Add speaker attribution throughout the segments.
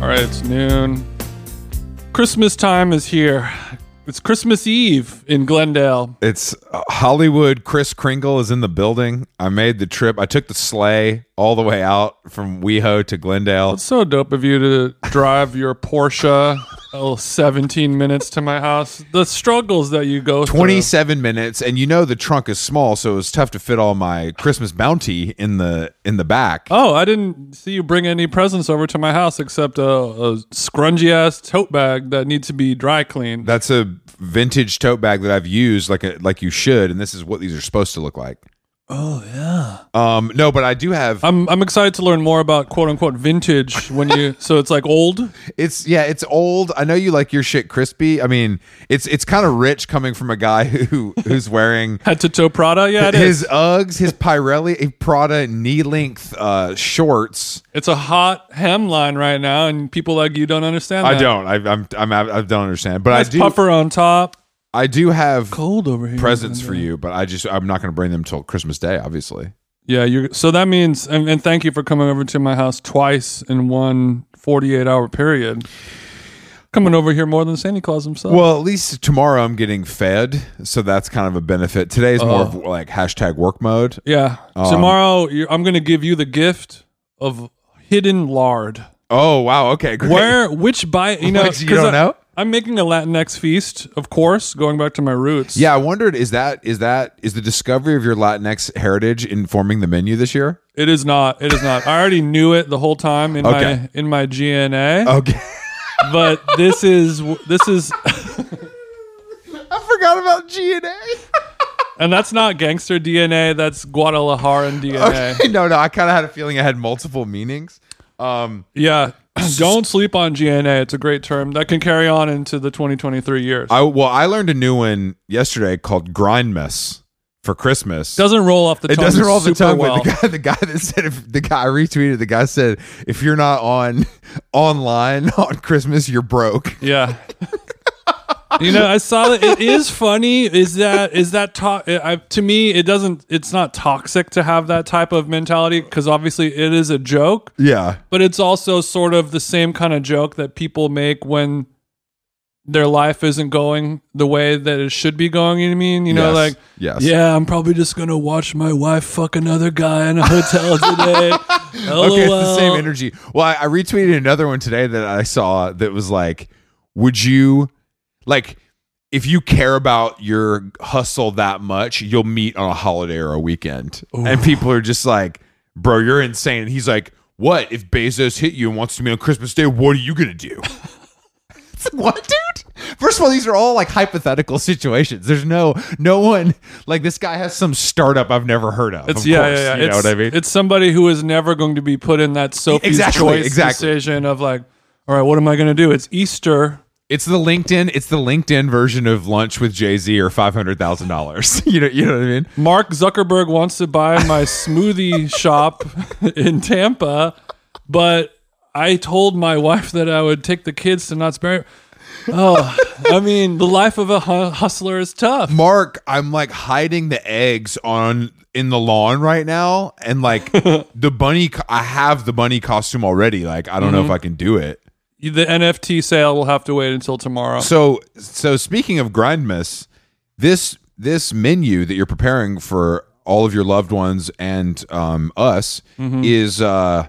Speaker 1: right, it's noon. Christmas time is here. It's Christmas Eve in Glendale.
Speaker 2: It's uh, Hollywood. Chris Kringle is in the building. I made the trip. I took the sleigh all the way out from WeHo to Glendale.
Speaker 1: It's so dope of you to drive your Porsche oh, 17 minutes to my house. The struggles that you go through.
Speaker 2: 27 minutes, and you know the trunk is small, so it was tough to fit all my Christmas bounty in the in the back.
Speaker 1: Oh, I didn't see you bring any presents over to my house except a, a scrungy ass tote bag that needs to be dry cleaned.
Speaker 2: That's a vintage tote bag that I've used like a, like you should, and this is what these are supposed to look like. Oh yeah. Um. No, but I do have.
Speaker 1: I'm I'm excited to learn more about quote unquote vintage when you so it's like old.
Speaker 2: It's yeah, it's old. I know you like your shit crispy. I mean, it's it's kind of rich coming from a guy who who's wearing
Speaker 1: Head to toe Prada, yeah, it is.
Speaker 2: his Uggs, his Pirelli Prada knee length uh, shorts.
Speaker 1: It's a hot hemline right now, and people like you don't understand.
Speaker 2: I
Speaker 1: that.
Speaker 2: don't. I, I'm I'm I don't understand, but I
Speaker 1: Nice
Speaker 2: do.
Speaker 1: puffer on top.
Speaker 2: I do have
Speaker 1: Cold over here.
Speaker 2: presents for you, but I just I'm not going to bring them till Christmas Day, obviously.
Speaker 1: Yeah, you're. So that means, and, and thank you for coming over to my house twice in one 48 hour period. Coming over here more than Santa Claus himself.
Speaker 2: Well, at least tomorrow I'm getting fed, so that's kind of a benefit. Today's more of like hashtag work mode.
Speaker 1: yeah.
Speaker 2: um,
Speaker 1: Tomorrow, you I'm going to give you the gift of hidden lard.
Speaker 2: Oh wow, okay, great.
Speaker 1: Where, which by, you know,
Speaker 2: What, you
Speaker 1: 'cause
Speaker 2: don't
Speaker 1: I,
Speaker 2: know?
Speaker 1: I'm making a Latinx feast, of course, going back to my roots.
Speaker 2: Yeah, I wondered is that is that is the discovery of your Latinx heritage informing the menu this year?
Speaker 1: It is not. It is not. I already knew it the whole time in
Speaker 2: Okay. Oh.
Speaker 1: my in my GNA.
Speaker 2: Okay.
Speaker 1: but this is this is
Speaker 2: I forgot about G&A.
Speaker 1: and that's not gangster DNA. That's Guadalajaran DNA.
Speaker 2: Okay. No, no, I kind of had a feeling I had multiple meanings. Um,
Speaker 1: Yeah. Don't sleep on GNA. It's a great term that can carry on into the 2023 years.
Speaker 2: I well, I learned a new one yesterday called Grindmas for Christmas.
Speaker 1: doesn't roll off the
Speaker 2: it
Speaker 1: tongue.
Speaker 2: doesn't roll off the
Speaker 1: super
Speaker 2: tongue.
Speaker 1: well.
Speaker 2: But the guy, the guy that said, if, the guy I retweeted, the guy said, if you're not on online on Christmas, you're broke.
Speaker 1: Yeah. you know, I saw that it is funny. Is that is that to- I, to me? It doesn't. It's not toxic to have that type of mentality because obviously it is a joke.
Speaker 2: Yeah,
Speaker 1: but it's also sort of the same kind of joke that people make when their life isn't going the way that it should be going. You know what I mean? You know,
Speaker 2: Yes.
Speaker 1: like,
Speaker 2: Yes.
Speaker 1: yeah, I'm probably just gonna watch my wife fuck another guy in a hotel today. LOL.
Speaker 2: okay, it's the
Speaker 1: Oh, uh,
Speaker 2: same energy. Well, I, I retweeted another one today that I saw that was like, would you like if you care about your hustle that much, you'll meet on a holiday or a weekend, and people are just like, bro, you're insane. And he's like, what if Bezos hit you and wants to meet on Christmas Day? What are you gonna do? It's like, what dude first of all these are all like hypothetical situations there's no no one like this guy has some startup i've never heard of
Speaker 1: It's
Speaker 2: of
Speaker 1: yeah,
Speaker 2: course,
Speaker 1: yeah, yeah.
Speaker 2: you know
Speaker 1: it's,
Speaker 2: what i mean
Speaker 1: It's somebody who is never going to be put in that Sophie's
Speaker 2: Exactly,
Speaker 1: choice
Speaker 2: exactly.
Speaker 1: decision of like, all right, what am I gonna do? It's Easter.
Speaker 2: It's the LinkedIn. It's the LinkedIn version of lunch with Jay Z or five hundred thousand dollars. You know. You know what I mean?
Speaker 1: Mark Zuckerberg wants to buy my smoothie shop in Tampa, but I told my wife that I would take the kids to Knott's Berry. Oh, I mean, the life of a hu- hustler is tough.
Speaker 2: Mark, I'm like hiding the eggs on in the lawn right now, and like the bunny. co- I have the bunny costume already. Like I don't know if I can do it.
Speaker 1: The NFT sale will have to wait until tomorrow.
Speaker 2: So so speaking of grindmas, this this menu that you're preparing for all of your loved ones and um, us is uh,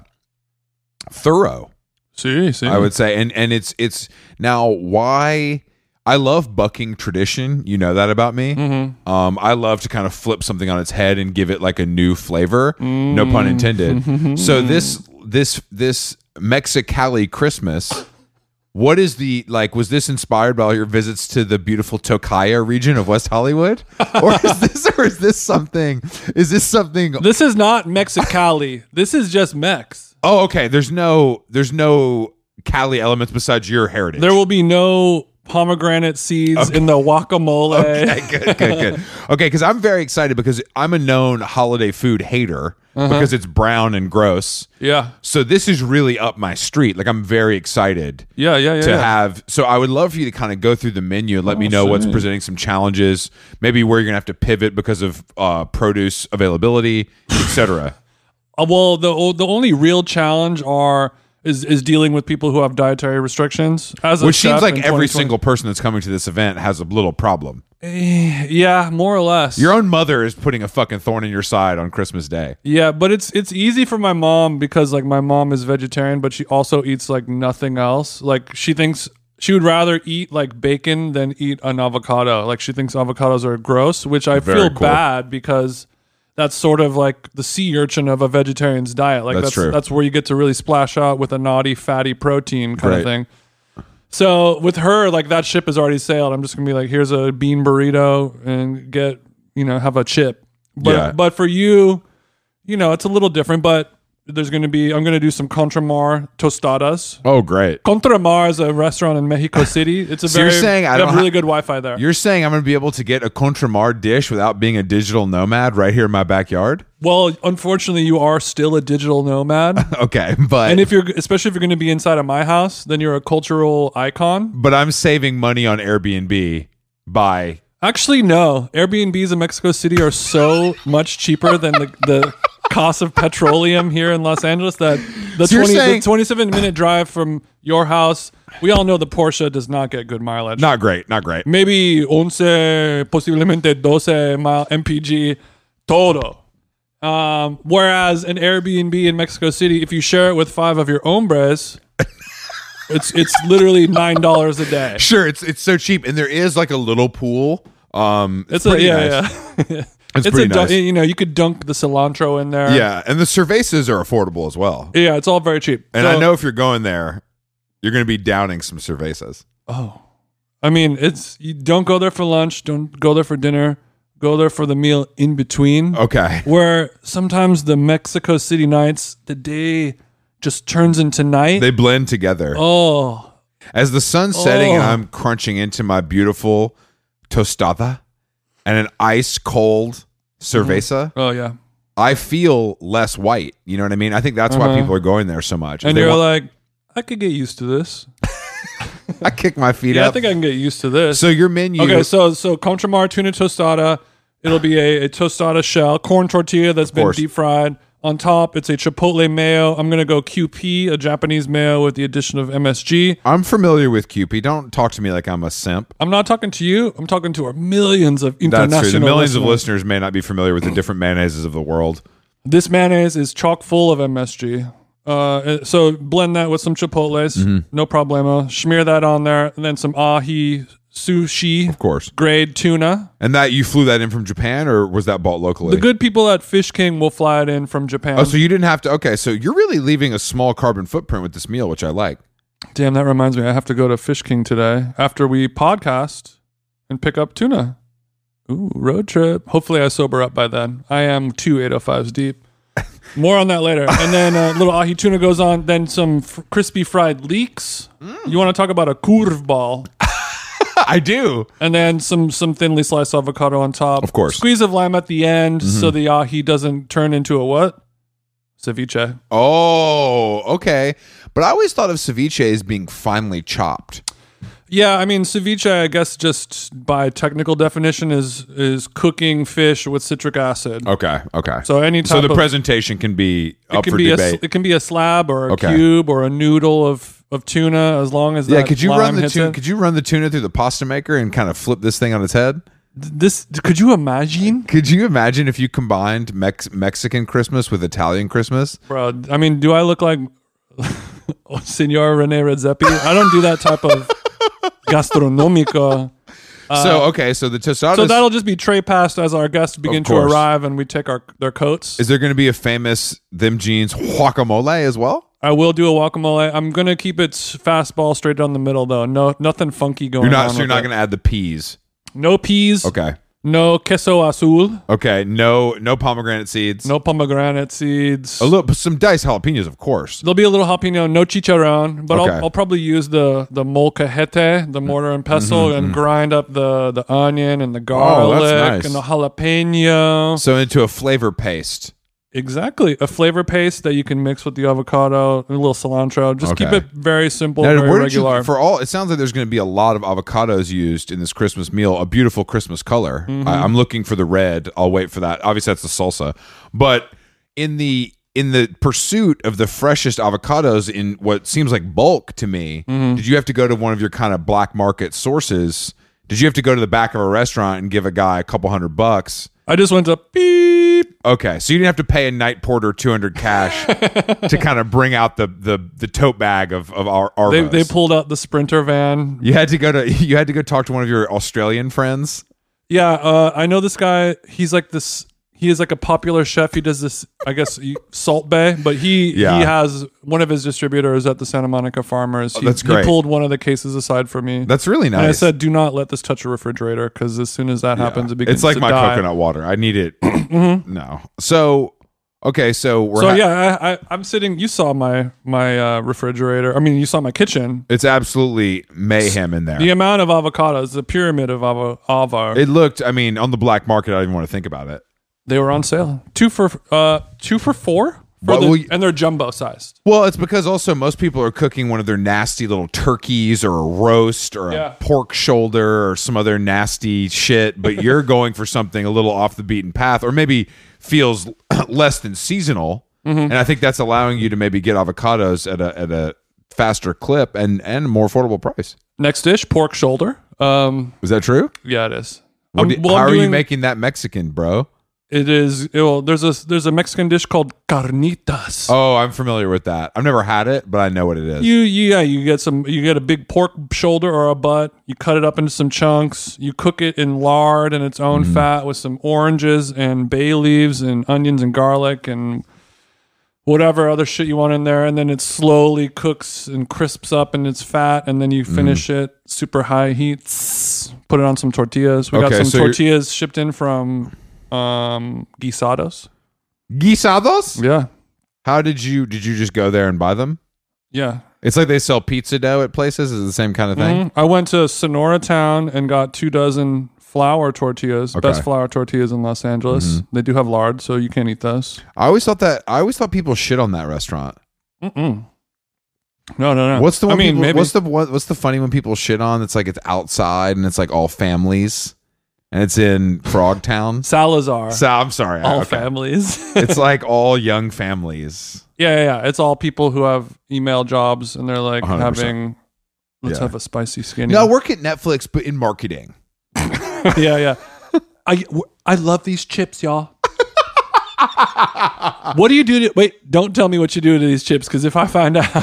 Speaker 2: thorough.
Speaker 1: See, see.
Speaker 2: I would say, and and it's it's now why I love bucking tradition. You know that about me. Um, I love to kind of flip something on its head and give it like a new flavor. No pun intended. so this this this Mexicali Christmas. What is the like? Was this inspired by all your visits to the beautiful Tokaya region of West Hollywood, or is this, or is this something? Is this something
Speaker 1: This is not Mexicali. this is just Mex.
Speaker 2: Oh, okay. There's no there's no Cali elements besides your heritage.
Speaker 1: There will be no pomegranate seeds in the guacamole.
Speaker 2: Okay, good, good, good. Okay, because I'm very excited because I'm a known holiday food hater because it's brown and gross.
Speaker 1: Yeah,
Speaker 2: So this is really up my street. Like I'm very excited
Speaker 1: yeah, yeah, yeah.
Speaker 2: to
Speaker 1: yeah.
Speaker 2: have. So I would love for you to kind of go through the menu and let me know what's presenting some challenges, maybe where you're gonna have to pivot because of uh, produce availability, etc.
Speaker 1: Uh, well, the o- the only real challenge are is is dealing with people who have dietary restrictions. As a
Speaker 2: Which seems
Speaker 1: chef
Speaker 2: like
Speaker 1: in 2020
Speaker 2: every single person that's coming to this event has a little problem.
Speaker 1: Eh, yeah, more or less.
Speaker 2: Your own mother is putting a fucking thorn in your side on Christmas Day.
Speaker 1: yeah, but it's it's easy for my mom because like my mom is vegetarian, but she also eats like nothing else. Like she thinks she would rather eat like bacon than eat an avocado. Like she thinks avocados are gross, which I
Speaker 2: Very
Speaker 1: feel
Speaker 2: cool.
Speaker 1: bad because that's sort of like the sea urchin of a vegetarian's diet. Like
Speaker 2: That's
Speaker 1: that's that's,
Speaker 2: true.
Speaker 1: where you get to really splash out with a naughty fatty protein kind
Speaker 2: Right.
Speaker 1: of thing. So with her, like that ship has already sailed. I'm just gonna be like, here's a bean burrito and get you know have a chip. But
Speaker 2: Yeah.
Speaker 1: but for you, you know it's a little different. But there's gonna be I'm gonna do some contramar tostadas.
Speaker 2: Oh, great.
Speaker 1: Contramar is a restaurant in Mexico City. It's a
Speaker 2: So you're
Speaker 1: very
Speaker 2: saying I
Speaker 1: they
Speaker 2: don't
Speaker 1: have
Speaker 2: ha-
Speaker 1: really good Wi-Fi there.
Speaker 2: You're saying I'm going to be able to get a Contramar dish without being a digital nomad right here in my backyard?
Speaker 1: well, unfortunately, you are still a digital nomad.
Speaker 2: Okay, but
Speaker 1: And if you're, especially if you're going to be inside of my house, then you're a cultural icon.
Speaker 2: but I'm saving money on Airbnb by
Speaker 1: Actually, no. Airbnbs in Mexico City are so much cheaper than the, the cost of petroleum here in Los Angeles that the,
Speaker 2: So you're
Speaker 1: 20,
Speaker 2: saying-
Speaker 1: the 27 minute drive from your house, we all know the Porsche does not get good mileage.
Speaker 2: not great, not great.
Speaker 1: Maybe 11, posiblemente 12 mile MPG todo. Um, whereas an Airbnb in Mexico City, if you share it with five of your hombres, it's it's literally nine dollars a day.
Speaker 2: Sure, it's it's so cheap, and there is like a little pool. Um,
Speaker 1: It's a,
Speaker 2: pretty
Speaker 1: yeah,
Speaker 2: nice.
Speaker 1: yeah.
Speaker 2: It's
Speaker 1: it's
Speaker 2: pretty
Speaker 1: a dun-
Speaker 2: nice.
Speaker 1: you know you could dunk the cilantro in there.
Speaker 2: Yeah, and the cervezas are affordable as well.
Speaker 1: yeah, it's all very cheap.
Speaker 2: And
Speaker 1: So-
Speaker 2: I know if you're going there, you're going to be downing some cervezas.
Speaker 1: Oh, I mean, it's you don't go there for lunch, don't go there for dinner, go there for the meal in between.
Speaker 2: Okay.
Speaker 1: Where sometimes the Mexico City nights, the day just turns into night.
Speaker 2: They blend together.
Speaker 1: oh,
Speaker 2: As the sun's setting and
Speaker 1: Oh.
Speaker 2: I'm crunching into my beautiful tostada and an ice cold cerveza,
Speaker 1: oh yeah.
Speaker 2: I feel less white. You know what I mean? I think that's why
Speaker 1: Uh-huh.
Speaker 2: people are going there so much.
Speaker 1: And
Speaker 2: They
Speaker 1: you're
Speaker 2: want-
Speaker 1: like, I could get used to this.
Speaker 2: I kick my feet
Speaker 1: Yeah,
Speaker 2: up.
Speaker 1: I think I can get used to this.
Speaker 2: so your menu,
Speaker 1: okay, so so contramar tuna tostada. It'll be a, a tostada shell, corn tortilla that's been
Speaker 2: course.
Speaker 1: deep fried. On top, it's a chipotle mayo. I'm gonna go QP, a Japanese mayo with the addition of MSG.
Speaker 2: I'm familiar with Cupid. Don't talk to me like I'm a simp.
Speaker 1: I'm not talking to you. I'm talking to our millions of international.
Speaker 2: That's true. The millions of
Speaker 1: listeners.
Speaker 2: listeners may not be familiar with the different mayonnaises of the world.
Speaker 1: This mayonnaise is chock full of MSG. Uh, so blend that with some chipotles,
Speaker 2: Mm-hmm.
Speaker 1: no problemo. Smear that on there, and then some ahi sushi
Speaker 2: Of course.
Speaker 1: grade tuna.
Speaker 2: And that you flew that in from Japan or was that bought locally?
Speaker 1: The good people at Fish King will fly it in from Japan.
Speaker 2: oh, so you didn't have to. Okay, so you're really leaving a small carbon footprint with this meal, which I like.
Speaker 1: Damn, that reminds me. I have to go to Fish King today after we podcast and pick up tuna. Ooh, road trip. Hopefully, I sober up by then. I am two 805s deep. More on that later. And then a little ahi tuna goes on. Then some f- crispy fried leeks.
Speaker 2: Mm.
Speaker 1: You want to talk about a curveball?
Speaker 2: I do.
Speaker 1: And then some some thinly sliced avocado on top.
Speaker 2: Of course. Mm-hmm.
Speaker 1: Squeeze of lime at the end so the ahi doesn't turn into a what? Ceviche.
Speaker 2: Oh, okay. But I always thought of ceviche as being finely chopped.
Speaker 1: Yeah, I mean ceviche. I guess just by technical definition is is cooking fish with citric acid.
Speaker 2: Okay, okay. So,
Speaker 1: So any type
Speaker 2: the
Speaker 1: of,
Speaker 2: presentation can be
Speaker 1: it
Speaker 2: up
Speaker 1: can
Speaker 2: for
Speaker 1: be a,
Speaker 2: debate.
Speaker 1: s- it can be a slab or a
Speaker 2: Okay.
Speaker 1: cube or a noodle of of tuna as long as
Speaker 2: yeah,
Speaker 1: that
Speaker 2: could you
Speaker 1: lime
Speaker 2: run the
Speaker 1: hits
Speaker 2: tuna?
Speaker 1: it.
Speaker 2: Could you run the tuna through the pasta maker and kind of flip this thing on its head?
Speaker 1: This could you imagine,
Speaker 2: Could you imagine if you combined Mex- Mexican Christmas with Italian Christmas?
Speaker 1: bro? I mean, do I look like oh, Senor Rene Redzepi? I don't do that type of gastronomico.
Speaker 2: so okay, so the tostadas.
Speaker 1: Uh, So that'll just be tray passed as our guests begin to
Speaker 2: course.
Speaker 1: arrive and we take our their coats.
Speaker 2: is there going to be a famous them jeans guacamole as well?
Speaker 1: I will do a guacamole. I'm gonna keep it s- fastball straight down the middle though. No, nothing funky going
Speaker 2: You're not.
Speaker 1: on.
Speaker 2: So you're
Speaker 1: with
Speaker 2: not
Speaker 1: it.
Speaker 2: going to add the peas.
Speaker 1: No peas.
Speaker 2: Okay.
Speaker 1: No queso azul.
Speaker 2: Okay. No. No pomegranate seeds.
Speaker 1: No pomegranate seeds.
Speaker 2: A little. Some diced jalapenos, of course.
Speaker 1: There'll be a little jalapeno. No chicharron, but
Speaker 2: Okay.
Speaker 1: I'll, I'll probably use the the molcajete, the mortar and pestle, and grind up the the onion and the
Speaker 2: Mm-hmm, Oh,
Speaker 1: garlic
Speaker 2: that's nice.
Speaker 1: and the jalapeno.
Speaker 2: So into a flavor paste.
Speaker 1: Exactly, a flavor paste that you can mix with the avocado and a little cilantro. Just keep
Speaker 2: Okay.
Speaker 1: it very simple,
Speaker 2: Now,
Speaker 1: very
Speaker 2: where did you-
Speaker 1: regular.
Speaker 2: for all, it sounds like there's going to be a lot of avocados used in this Christmas meal. A beautiful Christmas
Speaker 1: Mm-hmm.
Speaker 2: color. I, am looking for the red. I'll wait for that. Obviously, that's the salsa. But in the in the pursuit of the freshest avocados in what seems like bulk to me,
Speaker 1: Mm-hmm.
Speaker 2: did you have to go to one of your kind of black market sources? Did you have to go to the back of a restaurant and give a guy a couple hundred bucks?
Speaker 1: I just went to beep.
Speaker 2: Okay, so you didn't have to pay a night porter two hundred cash to kind of bring out the the the tote bag of of our our.
Speaker 1: They, they pulled out the sprinter van.
Speaker 2: you had to go to you had to go talk to one of your Australian friends.
Speaker 1: Yeah, uh, I know this guy. He's like this. He is like a popular chef. He does this, I guess, you- Salt Bay. But he
Speaker 2: Yeah. Oh,
Speaker 1: he has one of his distributors at the Santa Monica Farmers. He,
Speaker 2: that's great.
Speaker 1: He pulled one of the cases aside for me.
Speaker 2: That's really nice.
Speaker 1: and I said, "Do not let this touch a refrigerator because as soon as that happens, it begins."
Speaker 2: it's like
Speaker 1: to
Speaker 2: my
Speaker 1: die.
Speaker 2: coconut water. I need it. No, so okay, so we're
Speaker 1: Mm-hmm. So
Speaker 2: ha-
Speaker 1: yeah, I, I, I'm sitting. You saw my my uh, refrigerator. I mean, you saw my kitchen.
Speaker 2: It's absolutely mayhem in there.
Speaker 1: The amount of avocados, the pyramid of avo, avo
Speaker 2: It looked. I mean, on the black market, I didn't want to think about it.
Speaker 1: they were on sale. Two for uh, two for four, for
Speaker 2: What
Speaker 1: the-
Speaker 2: will you-
Speaker 1: and they're jumbo sized.
Speaker 2: Well, it's because also most people are cooking one of their nasty little turkeys or a roast or a
Speaker 1: Yeah.
Speaker 2: pork shoulder or some other nasty shit, but you're going for something a little off the beaten path or maybe feels less than seasonal.
Speaker 1: Mm-hmm.
Speaker 2: And I think that's allowing you to maybe get avocados at a at a faster clip and and more affordable price.
Speaker 1: Next dish, pork shoulder. Um,
Speaker 2: Is that true?
Speaker 1: yeah, it is.
Speaker 2: What
Speaker 1: Um,
Speaker 2: do-
Speaker 1: well,
Speaker 2: how
Speaker 1: I'm
Speaker 2: are you
Speaker 1: doing-
Speaker 2: making that Mexican, bro?
Speaker 1: It is. it- well, there's a there's a Mexican dish called carnitas.
Speaker 2: Oh, I'm familiar with that. I've never had it, but I know what it is.
Speaker 1: You yeah, you get some you get a big pork shoulder or a butt, you cut it up into some chunks, you cook it in lard and its
Speaker 2: Mm-hmm.
Speaker 1: own fat with some oranges and bay leaves and onions and garlic and whatever other shit you want in there and then it slowly cooks and crisps up in its fat and then you
Speaker 2: Mm-hmm.
Speaker 1: finish it super high heat. Put it on some tortillas. We
Speaker 2: Okay,
Speaker 1: got some
Speaker 2: so you're-
Speaker 1: tortillas shipped in from um guisados.
Speaker 2: Guisados?
Speaker 1: Yeah.
Speaker 2: How did you did you just go there and buy them?
Speaker 1: Yeah.
Speaker 2: It's like they sell pizza dough at places. Is it the same kind of thing?
Speaker 1: Mhm. I went to Sonora Town and got two dozen flour tortillas, best flour tortillas in Los Angeles.
Speaker 2: Mm-hmm.
Speaker 1: They do have lard, so you can't eat those.
Speaker 2: I always thought that. I always thought people shit on that restaurant.
Speaker 1: Mm-mm. No, no, no.
Speaker 2: What's the
Speaker 1: I
Speaker 2: one?
Speaker 1: mean,
Speaker 2: people-
Speaker 1: maybe
Speaker 2: what's the what, what's the funny one people shit on? That's like it's outside and it's like all families, and it's in Frog Town.
Speaker 1: Salazar.
Speaker 2: so I'm sorry.
Speaker 1: all
Speaker 2: Okay.
Speaker 1: families. yeah,
Speaker 2: it's like all young families.
Speaker 1: yeah, yeah. It's all people who have email jobs and they're like
Speaker 2: 100%.
Speaker 1: having. Let's
Speaker 2: Yeah.
Speaker 1: have a spicy skinny.
Speaker 2: No, work at Netflix, but in marketing.
Speaker 1: yeah, yeah. I w- I love these chips, y'all. what do you do to wait? Don't tell me what you do to these chips, because if I find out,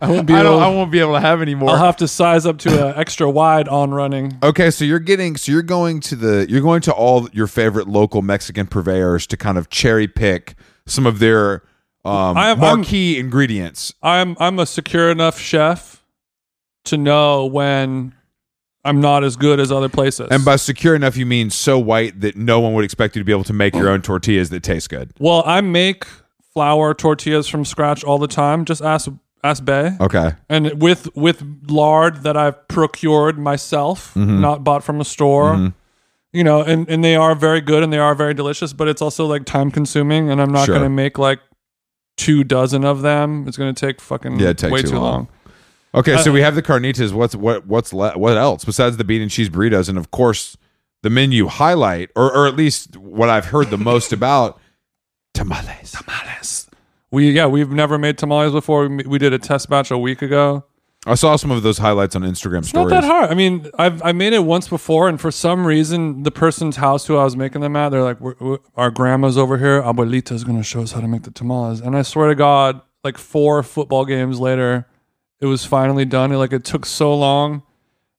Speaker 1: I won't be.
Speaker 2: I
Speaker 1: able,
Speaker 2: don't. I won't be able to have any more.
Speaker 1: I'll have to size up to an extra wide on running.
Speaker 2: Okay, so you're getting so you're going to the you're going to all your favorite local Mexican purveyors to kind of cherry pick some of their um,
Speaker 1: I have- I'm-
Speaker 2: marquee ingredients.
Speaker 1: I'm I'm a secure enough chef to know when I'm not as good as other places.
Speaker 2: And by secure enough, you mean so white that no one would expect you to be able to make your own tortillas that taste good.
Speaker 1: well, I make flour tortillas from scratch all the time. Just ask ask Bay.
Speaker 2: Okay,
Speaker 1: And with with lard that I've procured myself,
Speaker 2: Mm-hmm.
Speaker 1: not bought from a store. You know, and, and they are very good and they are very delicious, but it's also like time consuming and I'm not
Speaker 2: Sure.
Speaker 1: gonna make like two dozen of them. It's gonna take fucking
Speaker 2: Yeah, it'd take
Speaker 1: way
Speaker 2: too
Speaker 1: too,
Speaker 2: long.
Speaker 1: long.
Speaker 2: okay.
Speaker 1: Uh,
Speaker 2: so we have the carnitas. What's what what's le- what else besides the bean and cheese burritos? And of course, the menu highlight, or or at least what I've heard the most about tamales.
Speaker 1: Yes. We yeah, we've never made tamales before. We, we did a test batch a week ago.
Speaker 2: I saw some of those highlights on Instagram
Speaker 1: Not
Speaker 2: stories.
Speaker 1: that hard. I mean, I've I made it once before, and for some reason, the person's house who I was making them at, they're like, we're, we "Our grandma's over here. Abuelita's gonna show us how to make the tamales." And I swear to God, like four football games later, it was finally done. It, like it took so long.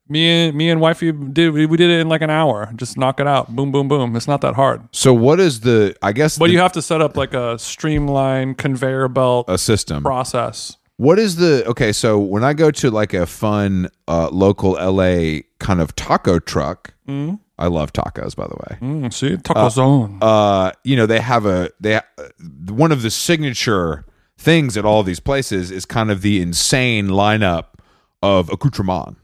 Speaker 1: Me and me and wifey did we, we did it in like an hour. Just knock it out. Boom, boom, boom. It's not that hard.
Speaker 2: So what is the? I guess
Speaker 1: But
Speaker 2: the,
Speaker 1: you have to set up like a streamlined conveyor belt
Speaker 2: a system.
Speaker 1: process.
Speaker 2: What is the okay? So when I go to like a fun uh, local LA kind of taco truck, I love tacos by the way.
Speaker 1: Mm, see, taco zone.
Speaker 2: Uh, you know they have a they uh, one of the signature things at all these places is kind of the insane lineup of accoutrement.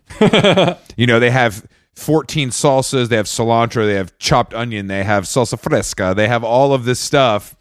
Speaker 2: you know they have. 14 salsas, they have cilantro, they have chopped onion, they have salsa fresca, they have all of this stuff.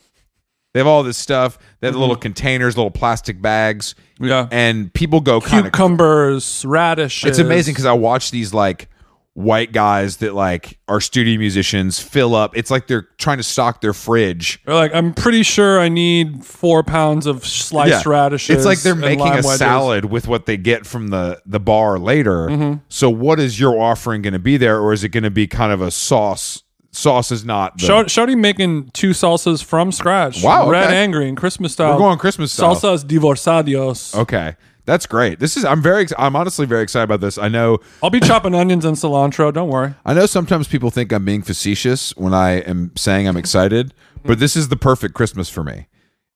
Speaker 2: They have all this stuff. They have little containers, little plastic bags
Speaker 1: yeah,
Speaker 2: and people go kind of
Speaker 1: cucumbers, radishes.
Speaker 2: it's amazing because i watch these like white guys that like are studio musicians fill up. It's like they're trying to stock their fridge.
Speaker 1: They're like, I'm pretty sure I need four pounds of sliced
Speaker 2: Yeah.
Speaker 1: radishes.
Speaker 2: It's like they're
Speaker 1: and
Speaker 2: making
Speaker 1: lime
Speaker 2: a
Speaker 1: wedges.
Speaker 2: salad with what they get from the the bar later.
Speaker 1: Mm-hmm.
Speaker 2: So what is your offering going to be there, or is it going to be kind of a sauce? Sauce is not. The,
Speaker 1: Shout, shouty making two salsas from scratch.
Speaker 2: Wow,
Speaker 1: Red
Speaker 2: okay.
Speaker 1: angry and Christmas style.
Speaker 2: we're going Christmas style.
Speaker 1: salsas divorciados.
Speaker 2: Okay, that's great. This is. I'm very. ex- I'm honestly very excited about this. I know.
Speaker 1: I'll be chopping onions and cilantro. Don't worry.
Speaker 2: I know sometimes people think I'm being facetious when I am saying I'm excited, but this is the perfect Christmas for me.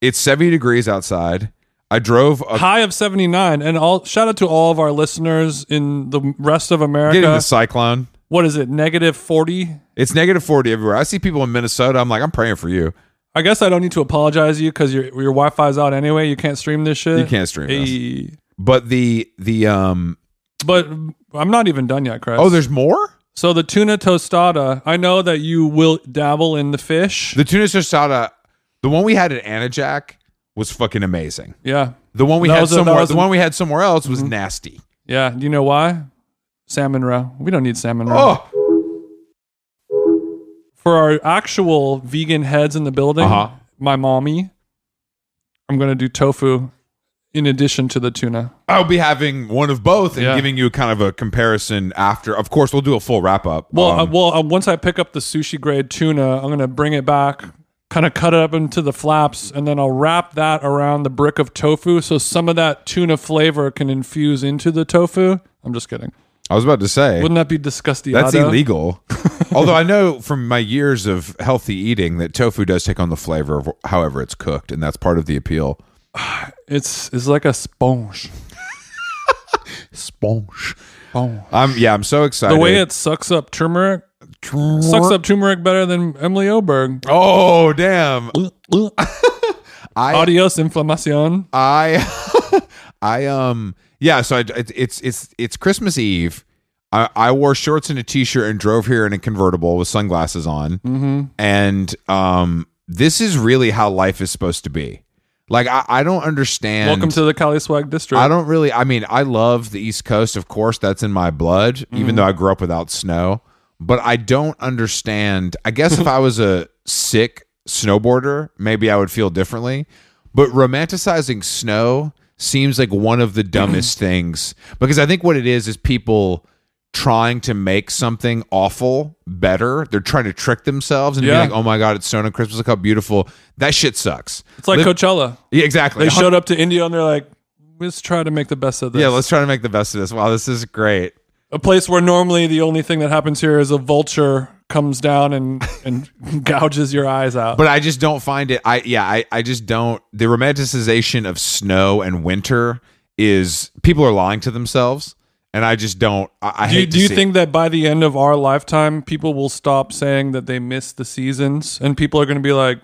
Speaker 2: It's 70 degrees outside. I drove a
Speaker 1: High of 79. And all shout out to all of our listeners in the rest of America.
Speaker 2: getting the cyclone.
Speaker 1: What is it? Negative 40?
Speaker 2: It's negative 40 everywhere. I see people in Minnesota. I'm like, I'm praying for you.
Speaker 1: I guess I don't need to apologize to you because your your Wi-Fi's out anyway. You can't stream this shit.
Speaker 2: You can't stream this.
Speaker 1: Hey.
Speaker 2: But the the um
Speaker 1: But I'm not even done yet, Chris.
Speaker 2: oh, there's more.
Speaker 1: so the tuna tostada. I know that you will dabble in the fish.
Speaker 2: The tuna tostada, the one we had at Anajack was fucking amazing.
Speaker 1: yeah,
Speaker 2: The one we
Speaker 1: That
Speaker 2: had
Speaker 1: was a- that
Speaker 2: somewhere,
Speaker 1: was
Speaker 2: the
Speaker 1: a- Mm-hmm.
Speaker 2: one we had somewhere else was nasty.
Speaker 1: yeah. Do you know why? Salmon roe. We don't need salmon roe.
Speaker 2: Oh,
Speaker 1: For our actual vegan heads in the building,
Speaker 2: Uh-huh.
Speaker 1: my mommy, I'm gonna do tofu in addition to the tuna.
Speaker 2: I'll be having one of both and
Speaker 1: Yeah.
Speaker 2: giving you kind of a comparison after. Of course, we'll do a full wrap up.
Speaker 1: Well,
Speaker 2: Um,
Speaker 1: uh, well, uh, once I pick up the sushi grade tuna, I'm gonna bring it back, kind of cut it up into the flaps, and then I'll wrap that around the brick of tofu, so some of that tuna flavor can infuse into the tofu. I'm just kidding.
Speaker 2: I was about to say
Speaker 1: Wouldn't that be disgusting?
Speaker 2: that's illegal. Although I know from my years of healthy eating that tofu does take on the flavor of however it's cooked, and that's part of the appeal.
Speaker 1: It's it's like a sponge.
Speaker 2: Sponge.
Speaker 1: Oh.
Speaker 2: I'm yeah, I'm so excited.
Speaker 1: The way it sucks up turmeric sucks up turmeric better than Emily Oberg.
Speaker 2: Oh damn! I-
Speaker 1: Adios inflammation.
Speaker 2: I I um yeah. So I, it, it's it's it's Christmas Eve. I, I wore shorts and a t-shirt and drove here in a convertible with sunglasses on. Mm-hmm. And um, this is really how life is supposed to be. Like I, I don't understand.
Speaker 1: Welcome to the Cali Swag District.
Speaker 2: I don't really. I mean, I love the East Coast, of course. That's in my blood,
Speaker 1: Mm-hmm.
Speaker 2: even though I grew up without snow. But I don't understand. I guess if I was a sick snowboarder, maybe I would feel differently. But romanticizing snow seems like one of the dumbest things because I think what it is is people trying to make something awful better. They're trying to trick themselves and
Speaker 1: Yeah.
Speaker 2: be like, "Oh my god, it's snowing on Christmas! Look how beautiful!" That shit sucks.
Speaker 1: it's like
Speaker 2: Live-
Speaker 1: Coachella.
Speaker 2: yeah, exactly.
Speaker 1: They showed up to India and they're like, let's try to make the best of this.
Speaker 2: Yeah, let's try to make the best of this. Wow, this is great.
Speaker 1: a place where normally the only thing that happens here is a vulture comes down and and gouges your eyes out.
Speaker 2: But I just don't find it. I yeah, I I just don't. The romanticization of snow and winter is people are lying to themselves, and I just don't. I, I
Speaker 1: do you,
Speaker 2: hate to
Speaker 1: do you
Speaker 2: see it.
Speaker 1: think that by the end of our lifetime, people will stop saying that they miss the seasons, and people are going to be like,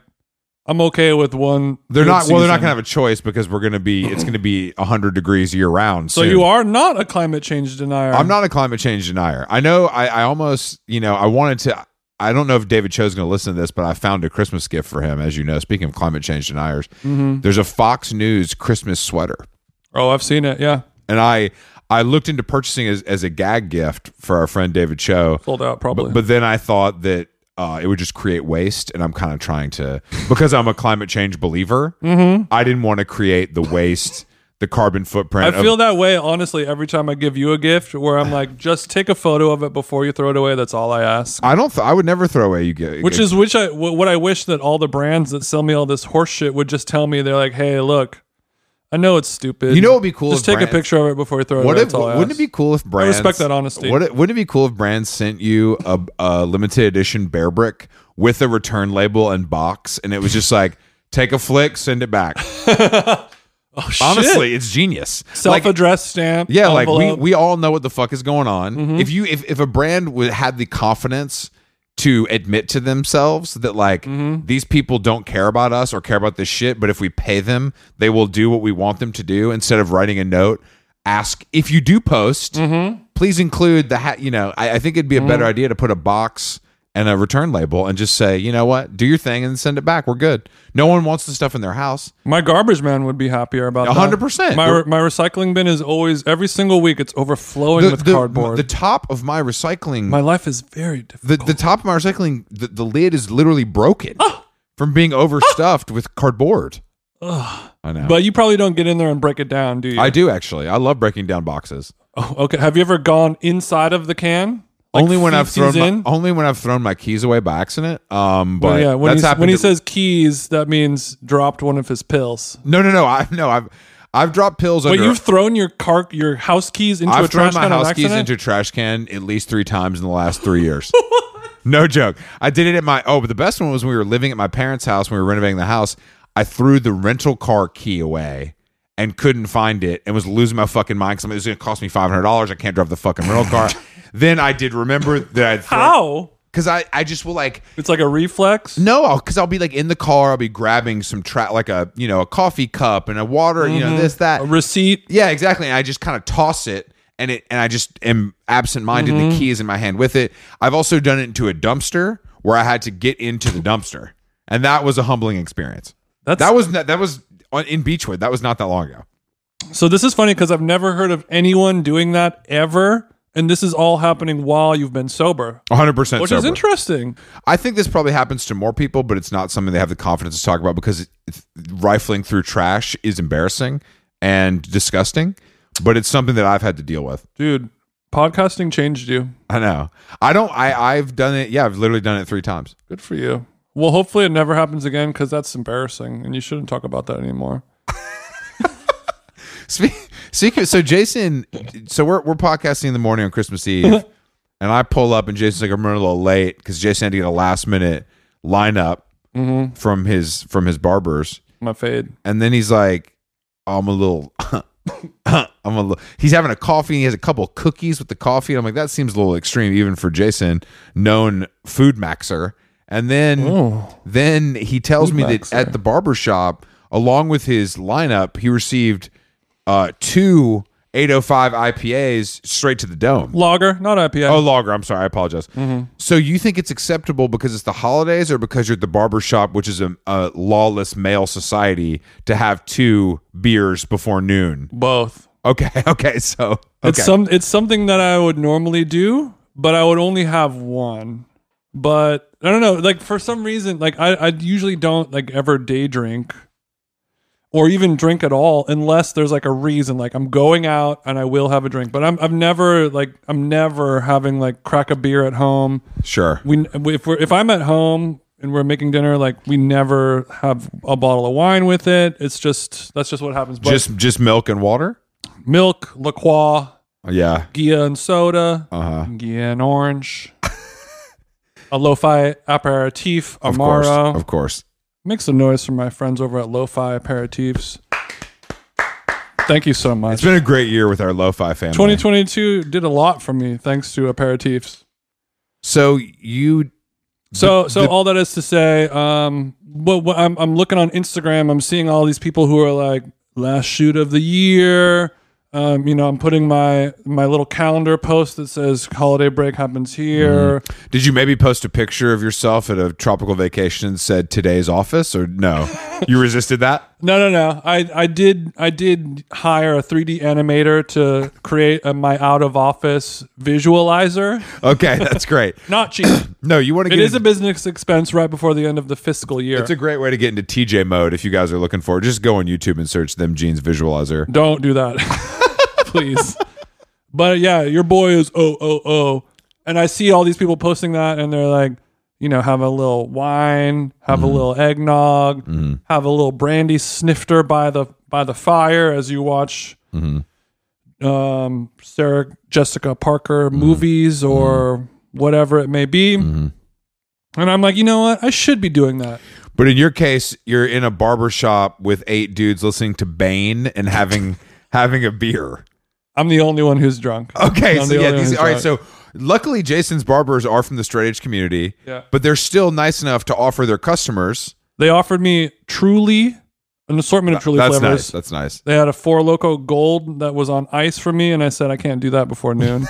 Speaker 1: "I'm okay with one."
Speaker 2: they're
Speaker 1: good
Speaker 2: not? Well,
Speaker 1: season.
Speaker 2: they're not going to have a choice because we're going to be. It's going to be hundred degrees year round.
Speaker 1: So you are not a climate change denier.
Speaker 2: I'm not a climate change denier. I know. I I almost you know I wanted to. I don't know if David Cho's going to listen to this, but I found a Christmas gift for him. As you know, speaking of climate change deniers,
Speaker 1: Mm-hmm.
Speaker 2: there's a Fox News Christmas sweater.
Speaker 1: Oh, I've seen it. Yeah,
Speaker 2: and I I looked into purchasing as, as a gag gift for our friend David Cho,
Speaker 1: sold out probably.
Speaker 2: but, but then I thought that uh, it would just create waste, and I'm kind of trying to because I'm a climate change believer.
Speaker 1: Mm-hmm.
Speaker 2: I didn't want to create the waste, the carbon footprint.
Speaker 1: I
Speaker 2: of-
Speaker 1: feel that way honestly every time I give you a gift, where I'm like, just take a photo of it before you throw it away. That's all I ask.
Speaker 2: I don't. Th- I would never throw away you get
Speaker 1: Which is which I wh- what I wish that all the brands that sell me all this horse shit would just tell me. They're like, hey, look, I know it's stupid.
Speaker 2: You know what'd be cool
Speaker 1: Just
Speaker 2: if
Speaker 1: take
Speaker 2: brands-
Speaker 1: a picture of it before you throw it
Speaker 2: What
Speaker 1: away.
Speaker 2: if,
Speaker 1: That's all I
Speaker 2: wouldn't it
Speaker 1: ask.
Speaker 2: be cool if brands
Speaker 1: respect that honesty.
Speaker 2: What, wouldn't it be cool if brands sent you a, a limited edition bear brick with a return label and box, and it was just like take a flick, send it back.
Speaker 1: oh, shit.
Speaker 2: Honestly, it's genius. Like,
Speaker 1: self-addressed stamp?
Speaker 2: Yeah, like
Speaker 1: envelope. Mm-hmm.
Speaker 2: we, we all know what the fuck is going on. If you if, if a brand would had the confidence to admit to themselves that like
Speaker 1: Mm-hmm.
Speaker 2: these people don't care about us or care about this shit, but if we pay them, they will do what we want them to do instead of writing a note. Ask if
Speaker 1: Mm-hmm.
Speaker 2: you do post, please include the hat. You know, I, I think it'd be a better idea to put a box and a return label and just say, you know what, do your thing and send it back. We're good. No one wants the stuff in their house.
Speaker 1: My garbage man would be happier about that.
Speaker 2: 100%.
Speaker 1: My my recycling bin is always every single week. It's overflowing with cardboard.
Speaker 2: The top of my recycling,
Speaker 1: my life is very difficult.
Speaker 2: the, the top of my recycling, the, the lid is literally broken
Speaker 1: Ah!
Speaker 2: from being overstuffed with cardboard. I know.
Speaker 1: but you probably don't get in there and break it down, do you?
Speaker 2: I do actually. I love breaking down boxes.
Speaker 1: Oh, okay. Have you ever gone inside of the can? Like
Speaker 2: only when I've
Speaker 1: feces
Speaker 2: thrown my,
Speaker 1: in?
Speaker 2: only when I've thrown my keys away by accident. Um, but
Speaker 1: Well, yeah, when,
Speaker 2: that's
Speaker 1: he,
Speaker 2: happened.
Speaker 1: when he
Speaker 2: to-
Speaker 1: says keys, that means dropped one of his pills.
Speaker 2: no, no, no. I no. I've I've dropped pills.
Speaker 1: But
Speaker 2: under,
Speaker 1: you've thrown your car, your house keys into a
Speaker 2: I've thrown
Speaker 1: trash
Speaker 2: my
Speaker 1: can on
Speaker 2: house keys
Speaker 1: accident.
Speaker 2: into a trash can at least three times in the last three years. no joke. I did it at my oh, but the best one was when we were living at my parents' house when we were renovating the house. I threw the rental car key away and couldn't find it and was losing my fucking mind because it was going to cost me five hundred dollars. I can't drive the fucking rental car. then I did remember that I
Speaker 1: How?
Speaker 2: because I I just will like
Speaker 1: It's like a reflex.
Speaker 2: no, because I'll be like in the car. I'll be grabbing some tra- like a you know a coffee cup and a water. You know this that.
Speaker 1: A receipt.
Speaker 2: Yeah, exactly. And I just kind of toss it and it and I just am absent minded. The
Speaker 1: Mm-hmm.
Speaker 2: key is in my hand with it. I've also done it into a dumpster where I had to get into the dumpster. And that was a humbling experience.
Speaker 1: That's
Speaker 2: That was not, that was on, in Beechwood. That was not that long ago.
Speaker 1: so. This is funny because I've never heard of anyone doing that ever, and this is all happening while you've been sober,
Speaker 2: 100%
Speaker 1: which is
Speaker 2: sober.
Speaker 1: interesting.
Speaker 2: I think this probably happens to more people, but it's not something they have the confidence to talk about because it, it's- rifling through trash is embarrassing and disgusting, but it's something that I've had to deal with.
Speaker 1: Dude, podcasting changed you.
Speaker 2: I know. I don't I I've done it. Yeah, I've literally done it 3 times.
Speaker 1: Good for you. Well, hopefully it never happens again because that's embarrassing, and you shouldn't talk about that anymore.
Speaker 2: Spe- Speaking of, so Jason, so we're we're podcasting in the morning on Christmas Eve, and I pull up and Jason's like, I'm running a little late because Jason had to get a last minute lineup from his from his barbers,
Speaker 1: My fade.
Speaker 2: and then he's like, I'm a little. I'm a little, he's having a coffee. He has a couple cookies with the coffee. I'm like, that seems a little extreme, even for Jason, known food maxer. And then
Speaker 1: Oh.
Speaker 2: then he tells me that
Speaker 1: Feedback,
Speaker 2: at the barber shop, along with his lineup, he received uh, two 805 IPAs straight to the dome.
Speaker 1: Lager, not IPA.
Speaker 2: Oh, lager. I'm sorry. I apologize.
Speaker 1: Mm-hmm.
Speaker 2: So you think it's acceptable because it's the holidays or because you're at the barber shop, which is a, a lawless male society, to have two beers before noon?
Speaker 1: Both.
Speaker 2: Okay. Okay. So, okay.
Speaker 1: It's some it's something that I would normally do, but I would only have one. But I don't know, like for some reason, like I, I usually don't like ever day drink or even drink at all unless there's like a reason. Like I'm going out and I will have a drink. But I'm I've never like I'm never having like crack a beer at home.
Speaker 2: sure.
Speaker 1: We if we're if I'm at home and we're making dinner, like we never have a bottle of wine with it. It's just that's just what happens. But
Speaker 2: Just just milk and water?
Speaker 1: milk, La Croix,
Speaker 2: Yeah.
Speaker 1: Gia and soda.
Speaker 2: Uh-huh.
Speaker 1: Yeah, an orange. a lo-fi aperitif
Speaker 2: Of course.
Speaker 1: amaro.
Speaker 2: Of course.
Speaker 1: Make some noise for my friends over at Lo-Fi Aperitifs. Thank you so
Speaker 2: It's
Speaker 1: much.
Speaker 2: been a great year with our lo-fi family.
Speaker 1: 2022 did a lot for me thanks to aperitifs.
Speaker 2: So you
Speaker 1: So, so
Speaker 2: the-
Speaker 1: all that is to say, um, but what I'm, I'm looking on Instagram, I'm seeing all these people who are like last shoot of the year. Um, you know, I'm putting my my little calendar post that says holiday break happens here.
Speaker 2: Did you maybe post a picture of yourself at a tropical vacation and said today's office or no? you resisted that?
Speaker 1: No, no, no. I, I did I did hire a 3D animator to create a, my out of office visualizer.
Speaker 2: Okay, that's great.
Speaker 1: Not cheap.
Speaker 2: No, you want to
Speaker 1: it
Speaker 2: get
Speaker 1: is a
Speaker 2: into-
Speaker 1: business expense right before the end of the fiscal year.
Speaker 2: it's a great way to get into TJ mode if you guys are looking for it. Just go on YouTube and search them jeans visualizer.
Speaker 1: Don't do that, please. But yeah, your boy is oh oh oh, and I see all these people posting that, and they're like, you know, have a little wine, have
Speaker 2: Mm-hmm.
Speaker 1: a little eggnog, have a little brandy snifter by the by the fire as you watch
Speaker 2: Mm-hmm.
Speaker 1: um, Sarah Jessica Parker movies
Speaker 2: Mm-hmm.
Speaker 1: or whatever it may be. And I'm like, you know what? I should be doing that.
Speaker 2: But in your case, you're in a barber shop with eight dudes listening to Bane and having having a beer.
Speaker 1: I'm the only one who's drunk.
Speaker 2: Okay,
Speaker 1: I'm
Speaker 2: so
Speaker 1: the
Speaker 2: yeah,
Speaker 1: only one
Speaker 2: these,
Speaker 1: who's
Speaker 2: all right.
Speaker 1: drunk.
Speaker 2: So luckily, Jason's barbers are from the straight edge community,
Speaker 1: Yeah.
Speaker 2: but they're still nice enough to offer their customers.
Speaker 1: They offered me Truly, an assortment of Truly
Speaker 2: That's nice.
Speaker 1: flavors.
Speaker 2: That's nice.
Speaker 1: They had a Four Loco Gold that was on ice for me, and I said I can't do that before noon.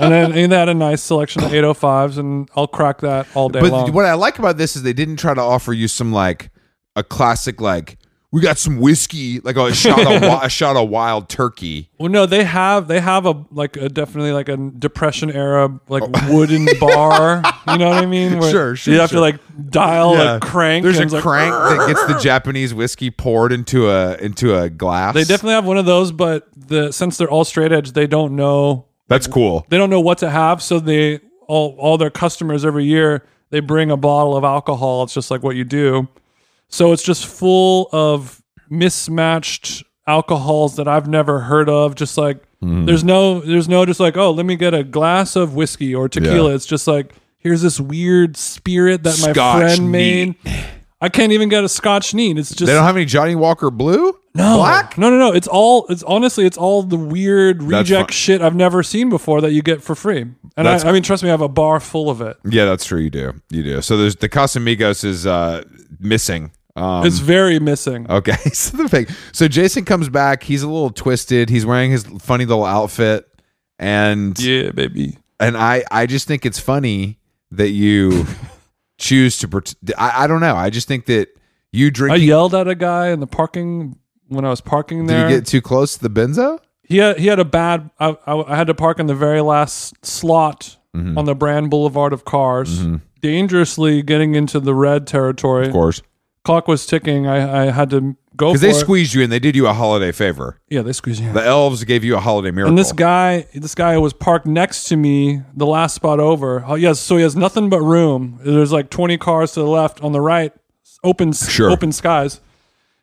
Speaker 1: and then ain't that a nice selection of 805s? And I'll crack that all day
Speaker 2: But
Speaker 1: long.
Speaker 2: what I like about this is they didn't try to offer you some like a classic like we got some whiskey like a shot of, wi- a shot of wild turkey.
Speaker 1: well, no, they have they have a like a definitely like a Depression era like wooden bar. You know what I mean?
Speaker 2: Oh. Sure, sure,
Speaker 1: You have
Speaker 2: sure.
Speaker 1: to like dial
Speaker 2: Yeah.
Speaker 1: a crank.
Speaker 2: There's
Speaker 1: and
Speaker 2: a
Speaker 1: it's like,
Speaker 2: crank that gets the Japanese whiskey poured into a into a glass.
Speaker 1: They definitely have one of those, but the since they're all straight edge, they don't know
Speaker 2: that's cool.
Speaker 1: they don't know what to have, so they all all their customers every year they bring a bottle of alcohol. It's just like what you do. So it's just full of mismatched alcohols that I've never heard of. Just like
Speaker 2: Mm.
Speaker 1: there's no there's no just like, oh, let me get a glass of whiskey or tequila. It's just like here's this weird spirit that my
Speaker 2: Scotch
Speaker 1: friend made. I can't even get a scotch neat. It's just
Speaker 2: They don't have any Johnny Walker Blue.
Speaker 1: no.
Speaker 2: black.
Speaker 1: No, no, no. It's all. It's honestly, it's all the weird reject
Speaker 2: fun-
Speaker 1: shit I've never seen before that you get for free. And
Speaker 2: That's-
Speaker 1: I, I mean, trust me, I have a bar full of it.
Speaker 2: Yeah, that's true. You do. You do. So there's the Casamigos is uh, missing. Um,
Speaker 1: It's very missing.
Speaker 2: okay. So the thing. So Jason comes back. He's a little twisted. He's wearing his funny little outfit, and
Speaker 1: yeah, baby.
Speaker 2: and I I just think it's funny that you choose to. pret- I, I don't know. I just think that you
Speaker 1: I
Speaker 2: drinking.
Speaker 1: yelled at a guy in the parking when I was parking
Speaker 2: did
Speaker 1: there.
Speaker 2: you get too close to the benzo?
Speaker 1: he had he had a bad. I, I, I had to park in the very last slot
Speaker 2: Mm-hmm.
Speaker 1: on the Brand Boulevard of cars. Dangerously getting into the red territory.
Speaker 2: course,
Speaker 1: Clock was ticking. I, I had to go for
Speaker 2: because they
Speaker 1: it.
Speaker 2: squeezed you and they did you a holiday favor.
Speaker 1: yeah, they squeeze you. in.
Speaker 2: The elves gave you a holiday miracle.
Speaker 1: And this guy, this guy was parked next to me, the last spot over. Oh, yes, so he has nothing but room. There's like 20 cars to the left, on the right, open, s-
Speaker 2: Sure.
Speaker 1: open skies.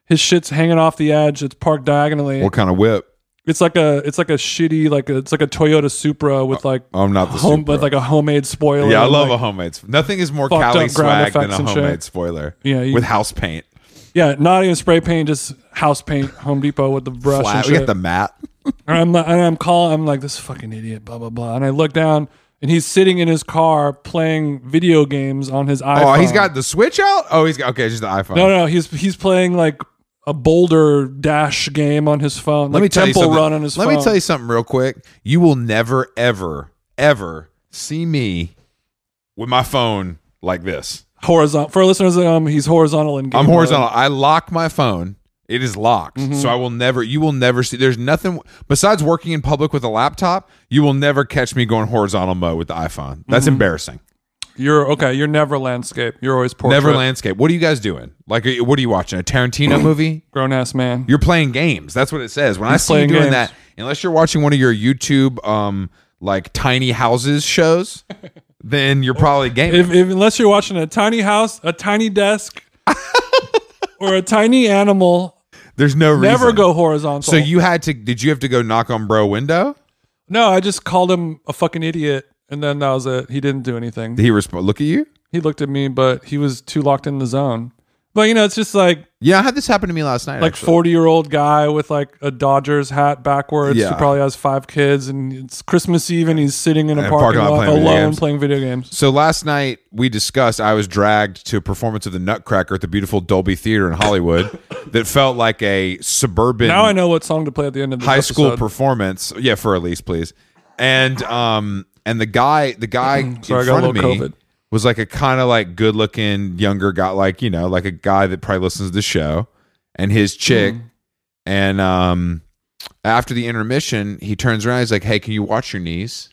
Speaker 1: His shit's hanging off the edge. It's parked diagonally.
Speaker 2: what kind of whip?
Speaker 1: It's like a, it's like a shitty, like a, it's like a Toyota Supra with like
Speaker 2: I'm not the
Speaker 1: home,
Speaker 2: Uh, Supra.
Speaker 1: with like a homemade spoiler.
Speaker 2: Yeah, I
Speaker 1: and,
Speaker 2: love
Speaker 1: like,
Speaker 2: a homemade. sp- Nothing is more
Speaker 1: fucked
Speaker 2: Cali
Speaker 1: up ground
Speaker 2: swag than
Speaker 1: effects
Speaker 2: a
Speaker 1: and shit.
Speaker 2: homemade spoiler.
Speaker 1: Yeah, you-
Speaker 2: with house paint.
Speaker 1: Yeah, not even spray paint, just house paint, Home Depot with the brush. and
Speaker 2: Flat. We
Speaker 1: shit.
Speaker 2: got the mat.
Speaker 1: And I'm like, and I'm calling. I'm like this fucking idiot. Blah blah blah. And I look down, and he's sitting in his car playing video games on his
Speaker 2: Oh,
Speaker 1: iPhone.
Speaker 2: he's got the switch out. Oh, he's got okay. Just the iPhone.
Speaker 1: no, no. no, He's he's playing like a Boulder Dash game on his phone.
Speaker 2: Let
Speaker 1: like
Speaker 2: me tell
Speaker 1: Temple
Speaker 2: you something.
Speaker 1: Run on his
Speaker 2: Let
Speaker 1: phone.
Speaker 2: me tell you something real quick. You will never, ever, ever see me with my phone like this.
Speaker 1: horizontal for our listeners. Um, he's horizontal in game.
Speaker 2: I'm
Speaker 1: mode.
Speaker 2: horizontal. I lock my phone. It is locked.
Speaker 1: Mm-hmm.
Speaker 2: So I will never, you will never see, there's nothing, besides working in public with a laptop, you will never catch me going horizontal mode with the iPhone. That's
Speaker 1: Mm-hmm.
Speaker 2: embarrassing.
Speaker 1: You're okay. You're never landscape. You're always portrait.
Speaker 2: Never landscape. What are you guys doing? Like, are you- what are you watching? A Tarantino movie?
Speaker 1: Grown ass man.
Speaker 2: You're playing games. That's what it says. When I see you
Speaker 1: playing
Speaker 2: doing
Speaker 1: games.
Speaker 2: that, unless you're watching one of your YouTube, um, like tiny houses shows, then you're probably gaming.
Speaker 1: if, if unless you're watching a tiny house, a tiny desk, or a tiny animal,
Speaker 2: There's no reason.
Speaker 1: never go horizontal.
Speaker 2: So you had to? Did you have to go knock on bro window?
Speaker 1: No, I just called him a fucking idiot, and then that was it. He didn't do anything.
Speaker 2: Did he respond? Look at you.
Speaker 1: He looked at me, but he was too locked in the zone. But you know, it's just like
Speaker 2: Yeah, I had this happen to me last night.
Speaker 1: like
Speaker 2: actually.
Speaker 1: forty year old guy with like a Dodgers hat backwards
Speaker 2: Yeah.
Speaker 1: who probably has five kids, and it's Christmas Eve, and he's sitting in a
Speaker 2: a
Speaker 1: parking,
Speaker 2: parking lot
Speaker 1: lot
Speaker 2: playing video
Speaker 1: alone
Speaker 2: games.
Speaker 1: playing video games.
Speaker 2: So last night we discussed I was dragged to a performance of the Nutcracker at the beautiful Dolby Theater in Hollywood that felt like a suburban
Speaker 1: Now I know what song to play at the end of the
Speaker 2: high school
Speaker 1: episode.
Speaker 2: performance. Yeah, for Elise, please. And um and the guy the guy in
Speaker 1: Mm, Sorry, I got a
Speaker 2: front of me
Speaker 1: little COVID.
Speaker 2: was like a kind of like good looking younger guy, like you know, like a guy that probably listens to the show, and
Speaker 1: Mm-hmm.
Speaker 2: his chick. And um after the intermission, he turns around. He's like, "Hey, can you watch your knees?"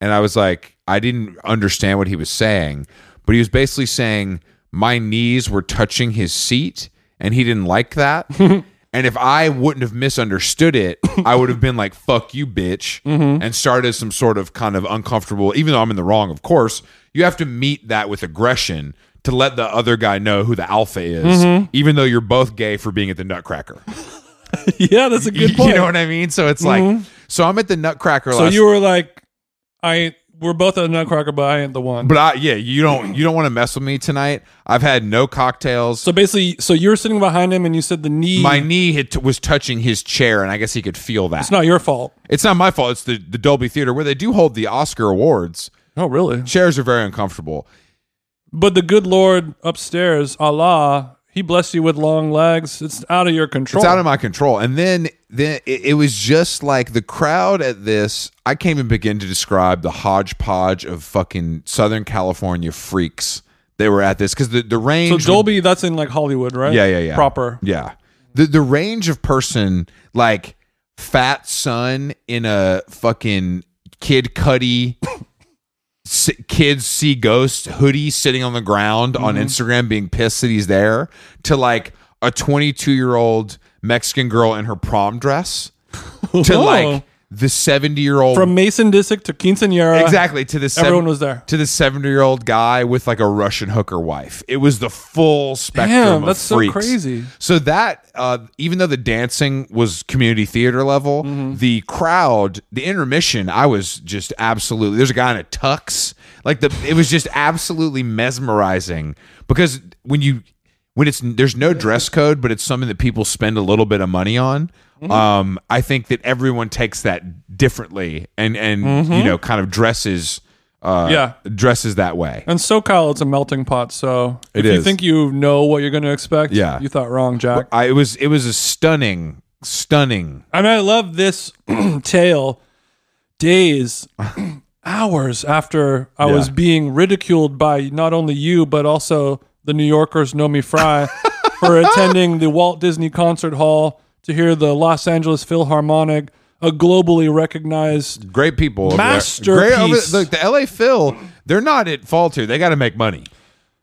Speaker 2: And I was like, I didn't understand what he was saying, but he was basically saying my knees were touching his seat and he didn't like that. and if I wouldn't have misunderstood it, I would have been like, fuck you, bitch,
Speaker 1: Mm-hmm.
Speaker 2: and started some sort of kind of uncomfortable, even though I'm in the wrong, of course, you have to meet that with aggression to let the other guy know who the alpha is,
Speaker 1: Mm-hmm.
Speaker 2: even though you're both gay for being at the Nutcracker.
Speaker 1: yeah, that's a good
Speaker 2: You
Speaker 1: point. Mm-hmm.
Speaker 2: know what I mean? So it's like, so I'm at the Nutcracker
Speaker 1: so
Speaker 2: last
Speaker 1: you were like, I we're both at Nutcracker, but I ain't the one.
Speaker 2: But I, yeah, you don't you don't want to mess with me tonight. I've had no cocktails.
Speaker 1: so basically, so you were sitting behind him, and you said the knee.
Speaker 2: my knee had was touching his chair, and I guess he could feel that.
Speaker 1: it's not your fault.
Speaker 2: It's not my fault. It's the the Dolby Theater where they do hold the Oscar awards.
Speaker 1: Oh, really?
Speaker 2: Chairs are very uncomfortable.
Speaker 1: But the good Lord upstairs, Allah, He blessed you with long legs. It's out of your control.
Speaker 2: It's out of my control. And then then it, it was just like the crowd at this. I can't even begin to describe the hodgepodge of fucking Southern California freaks. They were at this because the the
Speaker 1: so
Speaker 2: range.
Speaker 1: Dolby, that's in like Hollywood, right?
Speaker 2: Yeah, yeah, yeah.
Speaker 1: Proper.
Speaker 2: yeah, the the range of person like fat son in a fucking kid cuddy. s- Kids see ghost hoodie sitting on the ground on
Speaker 1: Mm-hmm.
Speaker 2: Instagram, being pissed that he's there, to like a 22 year old Mexican girl in her prom dress to
Speaker 1: Whoa.
Speaker 2: like the 70 year old
Speaker 1: from Mason Disick to Quinceanera.
Speaker 2: exactly to the seven,
Speaker 1: Everyone was there.
Speaker 2: to the 70 year old guy with like a Russian hooker wife. It was the full spectrum.
Speaker 1: Damn,
Speaker 2: of
Speaker 1: that's so
Speaker 2: freaks.
Speaker 1: crazy.
Speaker 2: So that uh, even though the dancing was community theater level, the crowd, the intermission, I was just absolutely. There's a guy in a tux. Like the, it was just absolutely mesmerizing because when you when it's there's no dress code, but it's something that people spend a little bit of money on. Um, I think that everyone takes that differently and and you know kind of dresses. Uh,
Speaker 1: Yeah.
Speaker 2: dresses that way.
Speaker 1: And SoCal, it's a melting pot. So
Speaker 2: It
Speaker 1: if you
Speaker 2: is.
Speaker 1: think you know what you're going to expect,
Speaker 2: Yeah.
Speaker 1: you thought wrong, Jack.
Speaker 2: I, it was it was a stunning, stunning.
Speaker 1: And I love this tale days, hours after I was being ridiculed by not only you, but also the New Yorkers, Nomi Fry, for attending the Walt Disney Concert Hall to hear the Los Angeles Philharmonic, a globally recognized.
Speaker 2: Great people. over there. Great over-
Speaker 1: Masterpiece.
Speaker 2: look, the LA Phil, they're not at fault here. They got to make money.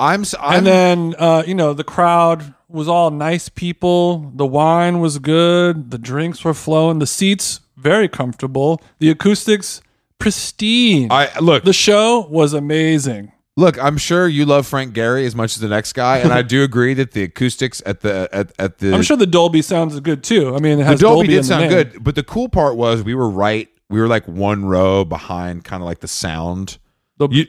Speaker 2: I'm. s- I'm
Speaker 1: And then, uh, you know, the crowd was all nice people. The wine was good. The drinks were flowing. The seats, very comfortable. The acoustics, pristine.
Speaker 2: I look.
Speaker 1: The show was amazing.
Speaker 2: Look, I'm sure you love Frank Gary as much as the next guy, and I do agree that the acoustics at the at, at the
Speaker 1: I'm sure the Dolby sounds good too. I mean, it
Speaker 2: the
Speaker 1: has Dolby,
Speaker 2: Dolby,
Speaker 1: in
Speaker 2: did
Speaker 1: the
Speaker 2: sound
Speaker 1: name.
Speaker 2: good. But the cool part was we were right. We were like one row behind, kind of like the sound
Speaker 1: The
Speaker 2: You-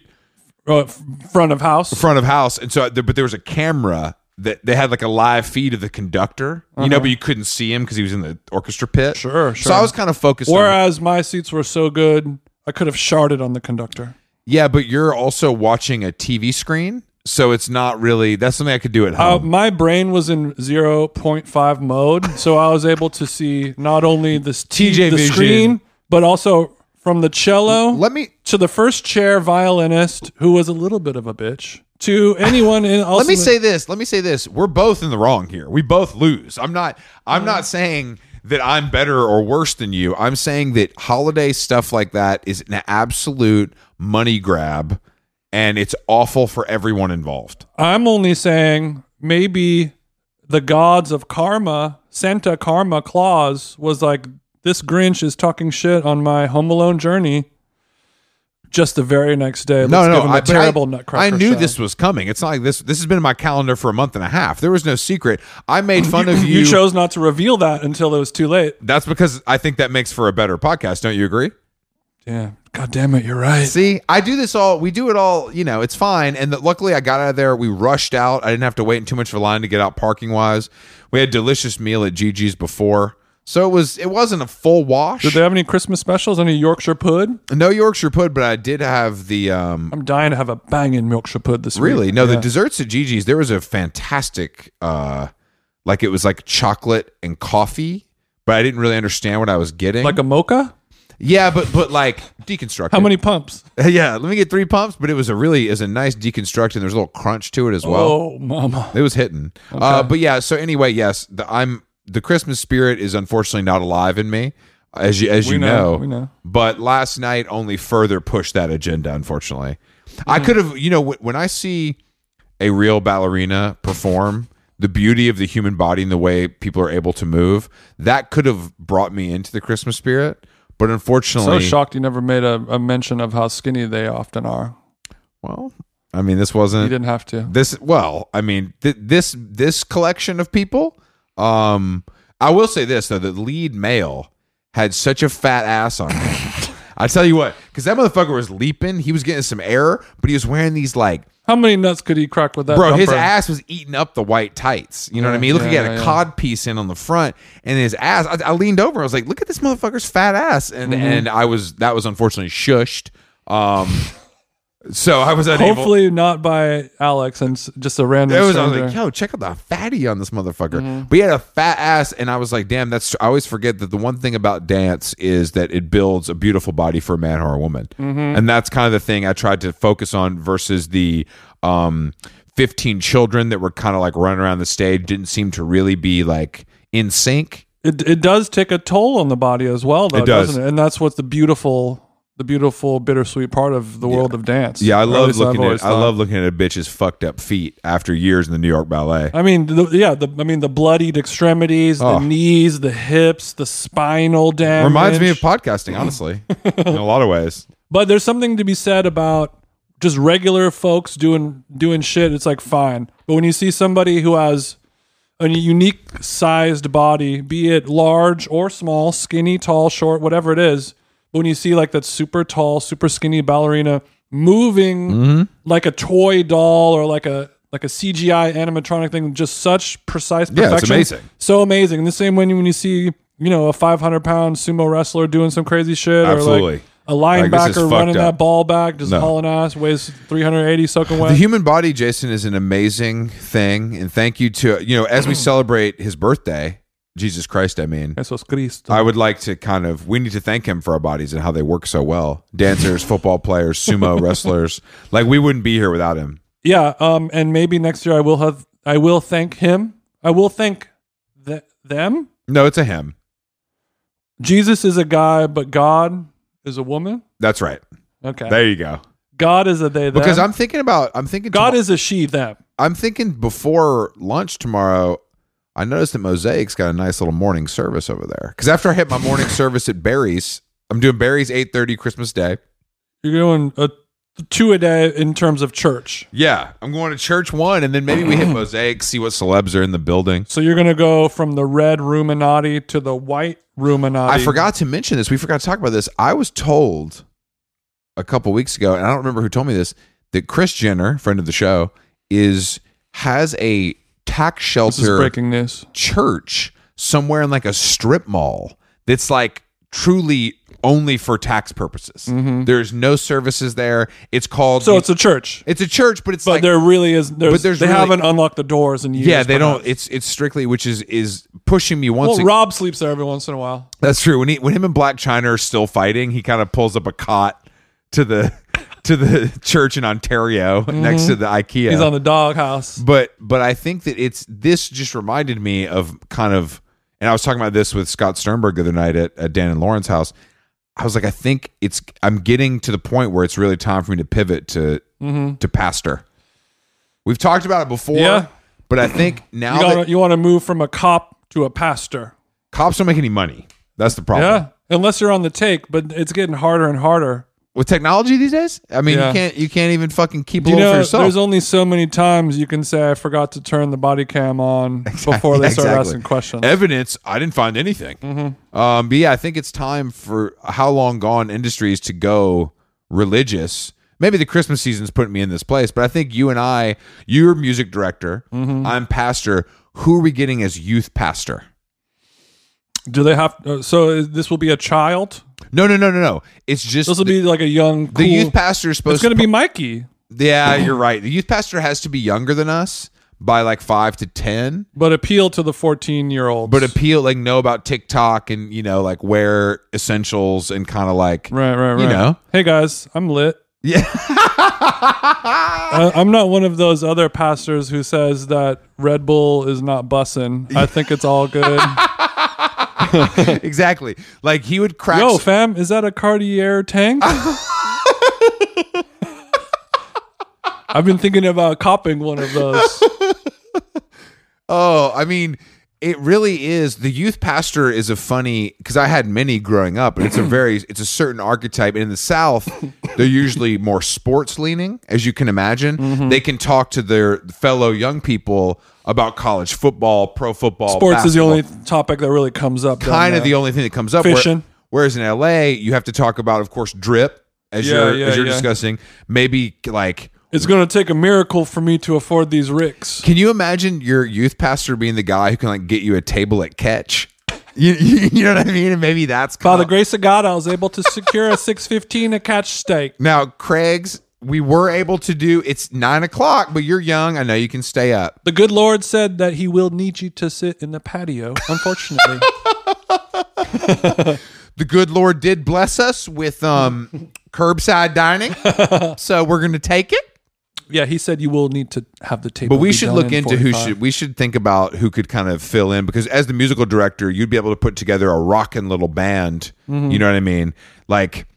Speaker 1: uh, f- front of house.
Speaker 2: front of house, and so uh, there, but there was a camera that they had like a live feed of the conductor, you know, but you couldn't see him because he was in the orchestra pit.
Speaker 1: Uh-huh. Sure,
Speaker 2: So I
Speaker 1: sure.
Speaker 2: was kind of focused. on
Speaker 1: Whereas my seats were so good, I could have sharded on the conductor.
Speaker 2: Yeah, but you're also watching a TV screen, so it's not really. That's something I could do at
Speaker 1: Uh,
Speaker 2: home.
Speaker 1: my brain was in 0.5 mode, so I was able to see not only this t-
Speaker 2: TJ
Speaker 1: the
Speaker 2: vision.
Speaker 1: screen, but also from the cello
Speaker 2: Let me
Speaker 1: to the first chair violinist, who was a little bit of a bitch, to anyone in. Also
Speaker 2: let me say this. Let me say this. We're both in the wrong here. We both lose. I'm not.
Speaker 1: Mm.
Speaker 2: I'm not saying that I'm better or worse than you. I'm saying that holiday stuff like that is an absolute money grab, and it's awful for everyone involved.
Speaker 1: I'm only saying maybe the gods of karma, Santa Karma Claus, was like, this Grinch is talking shit on my Home Alone journey. Just the very next day, let's
Speaker 2: No, no,
Speaker 1: give him a
Speaker 2: I, but I-
Speaker 1: terrible Nutcracker.
Speaker 2: I knew
Speaker 1: show.
Speaker 2: this was coming. It's not like this. This has been in my calendar for a month and a half. There was no secret. I made fun of
Speaker 1: You chose not to reveal that until it was too late.
Speaker 2: That's because I think that makes for a better podcast. Don't you agree?
Speaker 1: Yeah. God damn it, you're right.
Speaker 2: See, I do this all. We do it all. You know, it's fine. And that luckily, I got out of there. We rushed out. I didn't have to wait in too much of a line to get out parking wise. We had a delicious meal at Gigi's before, so it was. It wasn't a full wash.
Speaker 1: Did they have any Christmas specials? Any Yorkshire pud?
Speaker 2: no Yorkshire pud, but I did have the. um
Speaker 1: I'm dying to have a banging Yorkshire pud this week.
Speaker 2: Really, no,
Speaker 1: Yeah.
Speaker 2: the desserts at Gigi's. There was a fantastic, uh like it was like chocolate and coffee, but I didn't really understand what I was getting.
Speaker 1: like a mocha?
Speaker 2: yeah, but but like deconstructed.
Speaker 1: How many pumps?
Speaker 2: Yeah, let me get three pumps, but it was a really is a nice deconstruction. There's a little crunch to it as well.
Speaker 1: oh, mama.
Speaker 2: It was hitting. Uh, but yeah, so anyway, yes, the, I'm the Christmas spirit is unfortunately not alive in me, as you as you
Speaker 1: know,
Speaker 2: know,
Speaker 1: we know.
Speaker 2: But last night only further pushed that agenda. Unfortunately, I
Speaker 1: Hmm.
Speaker 2: could have you know when, when I see a real ballerina perform the beauty of the human body and the way people are able to move that could have brought me into the Christmas spirit. But
Speaker 1: So
Speaker 2: unfortunately,
Speaker 1: shocked you never made a, a mention of how skinny they often are.
Speaker 2: well, I mean, this
Speaker 1: You
Speaker 2: wasn't
Speaker 1: didn't have to.
Speaker 2: this well i mean th- this this collection of people um i will say this though the lead male had such a fat ass on him i tell you what because that motherfucker was leaping he was getting some air but he was wearing these like
Speaker 1: How many nuts could he crack with that?
Speaker 2: bro his
Speaker 1: bumper?
Speaker 2: ass was eating up the white tights you know what i mean look he
Speaker 1: yeah,
Speaker 2: had a
Speaker 1: yeah.
Speaker 2: cod piece in on the front and his ass I, I leaned over i was like look at this
Speaker 1: Mm-hmm.
Speaker 2: motherfucker's fat ass and and i was that was unfortunately shushed um So I was unable.
Speaker 1: Hopefully not by Alex and s- just a random.
Speaker 2: It was, I was
Speaker 1: stranger.
Speaker 2: like, yo, check out the fatty on this motherfucker.
Speaker 1: Mm-hmm.
Speaker 2: But he had a fat ass, and I was like, damn, that's. I always forget that the one thing about dance is that it builds a beautiful body for a man or a woman,
Speaker 1: Mm-hmm.
Speaker 2: and that's kind of the thing I tried to focus on versus the um, fifteen children that were kind of like running around the stage didn't seem to really be like in sync.
Speaker 1: It it does take a toll on the body as well, though,
Speaker 2: It does.
Speaker 1: not it? And that's what's the beautiful, the beautiful bittersweet part of the world of dance.
Speaker 2: Yeah, I
Speaker 1: Or at
Speaker 2: love
Speaker 1: least I've
Speaker 2: looking
Speaker 1: always
Speaker 2: at I
Speaker 1: thought.
Speaker 2: love looking at a bitch's fucked up feet after years in the New York Ballet.
Speaker 1: I mean, the, yeah, the I mean the bloodied extremities,
Speaker 2: Oh.
Speaker 1: the knees, the hips, the spinal damage.
Speaker 2: Reminds me of podcasting, honestly, in a lot of ways.
Speaker 1: But there's something to be said about just regular folks doing doing shit. It's like fine, but when you see somebody who has a unique sized body, be it large or small, skinny, tall, short, whatever it is, but when you see like that super tall, super skinny ballerina moving
Speaker 2: Mm-hmm.
Speaker 1: like a toy doll or like a like a CGI animatronic thing, just such precise
Speaker 2: Yeah, it's
Speaker 1: perfection.
Speaker 2: amazing.
Speaker 1: So amazing. And the same way when you see, you know, a 500 pound sumo wrestler doing some crazy shit or
Speaker 2: Absolutely.
Speaker 1: like a
Speaker 2: Like, this is
Speaker 1: linebacker
Speaker 2: fucked
Speaker 1: running
Speaker 2: up.
Speaker 1: that ball back, just
Speaker 2: No.
Speaker 1: hauling ass, weighs 380, soaking
Speaker 2: The
Speaker 1: wet.
Speaker 2: human body, Jason, is an amazing thing, and thank you to you know as we celebrate his birthday, Jesus Christ. I mean,
Speaker 1: Esos Cristo.
Speaker 2: I would like to kind of we need to thank him for our bodies and how they work so well. Dancers, football players, sumo wrestlers, like we wouldn't be here without him.
Speaker 1: yeah, um, and maybe next year I will have, I will thank him. I will thank th- them.
Speaker 2: No, it's a him.
Speaker 1: Jesus is a guy, but God is a woman.
Speaker 2: That's right.
Speaker 1: Okay,
Speaker 2: There you go.
Speaker 1: God is a they. Them.
Speaker 2: Because I'm thinking about I'm thinking
Speaker 1: God
Speaker 2: tomo-
Speaker 1: is a she. Them.
Speaker 2: I'm thinking before lunch tomorrow. I noticed that Mosaic's got a nice little morning service over there. Because after I hit my morning service at Barry's, I'm doing Barry's 8:30 Christmas Day.
Speaker 1: You're doing a two a day in terms of church.
Speaker 2: Yeah, I'm going to church one, and then maybe we hit Mosaic, see what celebs are in the building.
Speaker 1: So you're gonna go from the red Ruminati to the white Ruminati.
Speaker 2: I forgot to mention this. We forgot to talk about this. I was told a couple weeks ago, and I don't remember who told me this, that Chris Jenner, friend of the show, is has a tax
Speaker 1: This is
Speaker 2: shelter
Speaker 1: breaking news.
Speaker 2: church somewhere in like a strip mall that's like truly only for tax purposes. There's no services there. It's called
Speaker 1: Mm-hmm. So it's a church,
Speaker 2: it's a church, but it's
Speaker 1: but
Speaker 2: like
Speaker 1: there really is. There's,
Speaker 2: But there's
Speaker 1: they
Speaker 2: really-
Speaker 1: haven't unlocked the doors in years.
Speaker 2: yeah, they
Speaker 1: perhaps.
Speaker 2: don't. It's it's strictly which is is pushing me once.
Speaker 1: Well,
Speaker 2: ag-
Speaker 1: Rob sleeps there every once in a while.
Speaker 2: That's true. When he when him and Black China are still fighting, he kind of pulls up a cot to the to the church in Ontario next to the IKEA.
Speaker 1: Mm-hmm. He's on the doghouse.
Speaker 2: but but I think that it's this just reminded me of kind of and I was talking about this with Scott Sternberg the other night at, at Dan and Lauren's house. I was like, I think it's I'm getting to the point where it's really time for me to pivot to to pastor. We've talked about it before,
Speaker 1: Mm-hmm. Yeah.
Speaker 2: but I think now
Speaker 1: You,
Speaker 2: that
Speaker 1: gotta, you want to move from a cop to a pastor.
Speaker 2: cops don't make any money. That's the problem.
Speaker 1: Yeah, unless you're on the take, but it's getting harder and harder.
Speaker 2: with technology these days. I mean,
Speaker 1: Yeah.
Speaker 2: you can't you can't even fucking keep a
Speaker 1: You
Speaker 2: little for
Speaker 1: know,
Speaker 2: yourself.
Speaker 1: there's only so many times you can say I forgot to turn the body cam on before they start
Speaker 2: Exactly.
Speaker 1: asking questions.
Speaker 2: Evidence, I didn't find anything.
Speaker 1: Mm-hmm.
Speaker 2: Um, but yeah, I think it's time for how long gone industries to go religious. Maybe the Christmas season's putting me in this place, but I think you and I, you're music director,
Speaker 1: Mm-hmm.
Speaker 2: I'm pastor. Who are we getting as youth pastor?
Speaker 1: Do they have? Uh, so this will be a child.
Speaker 2: No, no, no, no, no. It's just
Speaker 1: This will
Speaker 2: the,
Speaker 1: be like a young. Cool,
Speaker 2: the youth pastor is
Speaker 1: It's
Speaker 2: supposed
Speaker 1: going to
Speaker 2: to
Speaker 1: be Mikey,
Speaker 2: Yeah, you're right. The youth pastor has to be younger than us by like five to ten.
Speaker 1: but appeal to the 14 year olds.
Speaker 2: but appeal like know about TikTok and you know like wear essentials and kind of like
Speaker 1: right, right, right.
Speaker 2: you know.
Speaker 1: hey guys, I'm lit.
Speaker 2: yeah
Speaker 1: I, I'm not one of those other pastors who says that Red Bull is not bussin'. I think it's all good.
Speaker 2: exactly like he would crack
Speaker 1: Yo, fam, is that a Cartier tank? I've been thinking about copping one of those.
Speaker 2: oh I mean it really is the youth pastor is a funny because I had many growing up and it's a very it's a certain archetype in the South they're usually more sports leaning as you can imagine
Speaker 1: Mm-hmm.
Speaker 2: they can talk to their fellow young people about college football pro football
Speaker 1: Sports is the
Speaker 2: basketball.
Speaker 1: only topic that really comes up. down
Speaker 2: kind of the
Speaker 1: there.
Speaker 2: only thing that comes up. where-
Speaker 1: Fishing.
Speaker 2: whereas in LA, you have to talk about, of course, drip as
Speaker 1: Yeah,
Speaker 2: you're
Speaker 1: yeah,
Speaker 2: as you're
Speaker 1: yeah.
Speaker 2: discussing. Maybe like,
Speaker 1: It's going to take a miracle for me to afford these ricks.
Speaker 2: can you imagine your youth pastor being the guy who can like get you a table at Catch? You, you, you know what I mean? And maybe that's
Speaker 1: By
Speaker 2: kind
Speaker 1: the
Speaker 2: of-
Speaker 1: grace of God, I was able to secure a 615 a catch steak.
Speaker 2: now Craig's we were able to do. It's nine o'clock, but you're young. I know you can stay up.
Speaker 1: The good Lord said that He will need you to sit in the patio. Unfortunately,
Speaker 2: The good Lord did bless us with um, curbside dining, so we're going to take it.
Speaker 1: yeah, He said you will need to have the table.
Speaker 2: But we
Speaker 1: be
Speaker 2: should
Speaker 1: done
Speaker 2: look
Speaker 1: in
Speaker 2: into who
Speaker 1: 45.
Speaker 2: should we should think about who could kind of fill in because as the musical director, you'd be able to put together a rockin' little band. You know what I mean? Like,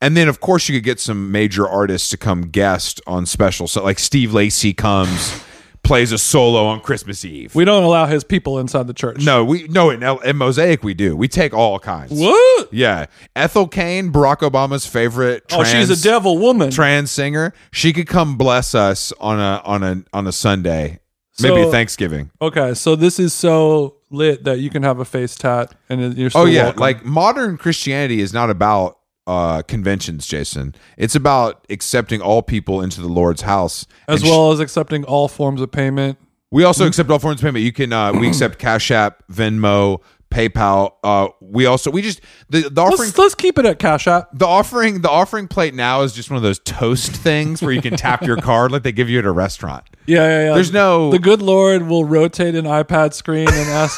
Speaker 2: and then of course you could get some major artists to come guest on special. So like Steve Lacy comes, plays a solo on Christmas Eve.
Speaker 1: We don't allow His people inside the church.
Speaker 2: no, we no in, L- in Mosaic we do. We take all kinds.
Speaker 1: What?
Speaker 2: Yeah, Ethel Kane, Barack Obama's favorite.
Speaker 1: Oh, she's a
Speaker 2: trans-
Speaker 1: devil woman.
Speaker 2: trans singer. She could come bless us on a on a on a Sunday, maybe
Speaker 1: So-
Speaker 2: Thanksgiving.
Speaker 1: okay, so this is so lit that you can have a face tat and you're still
Speaker 2: Oh yeah,
Speaker 1: welcome.
Speaker 2: like modern Christianity is not about uh conventions, Jason. It's about accepting all people into the Lord's house.
Speaker 1: as
Speaker 2: And sh-
Speaker 1: well as accepting all forms of payment.
Speaker 2: we also accept all forms of payment. You can uh we accept Cash App, Venmo, PayPal. Uh we also we just the, the offering
Speaker 1: Let's, let's keep it at Cash App.
Speaker 2: the offering the offering plate now is just one of those toast things where you can tap your card like they give you at a restaurant.
Speaker 1: Yeah, yeah, yeah.
Speaker 2: There's no
Speaker 1: The good Lord will rotate an iPad screen and ask.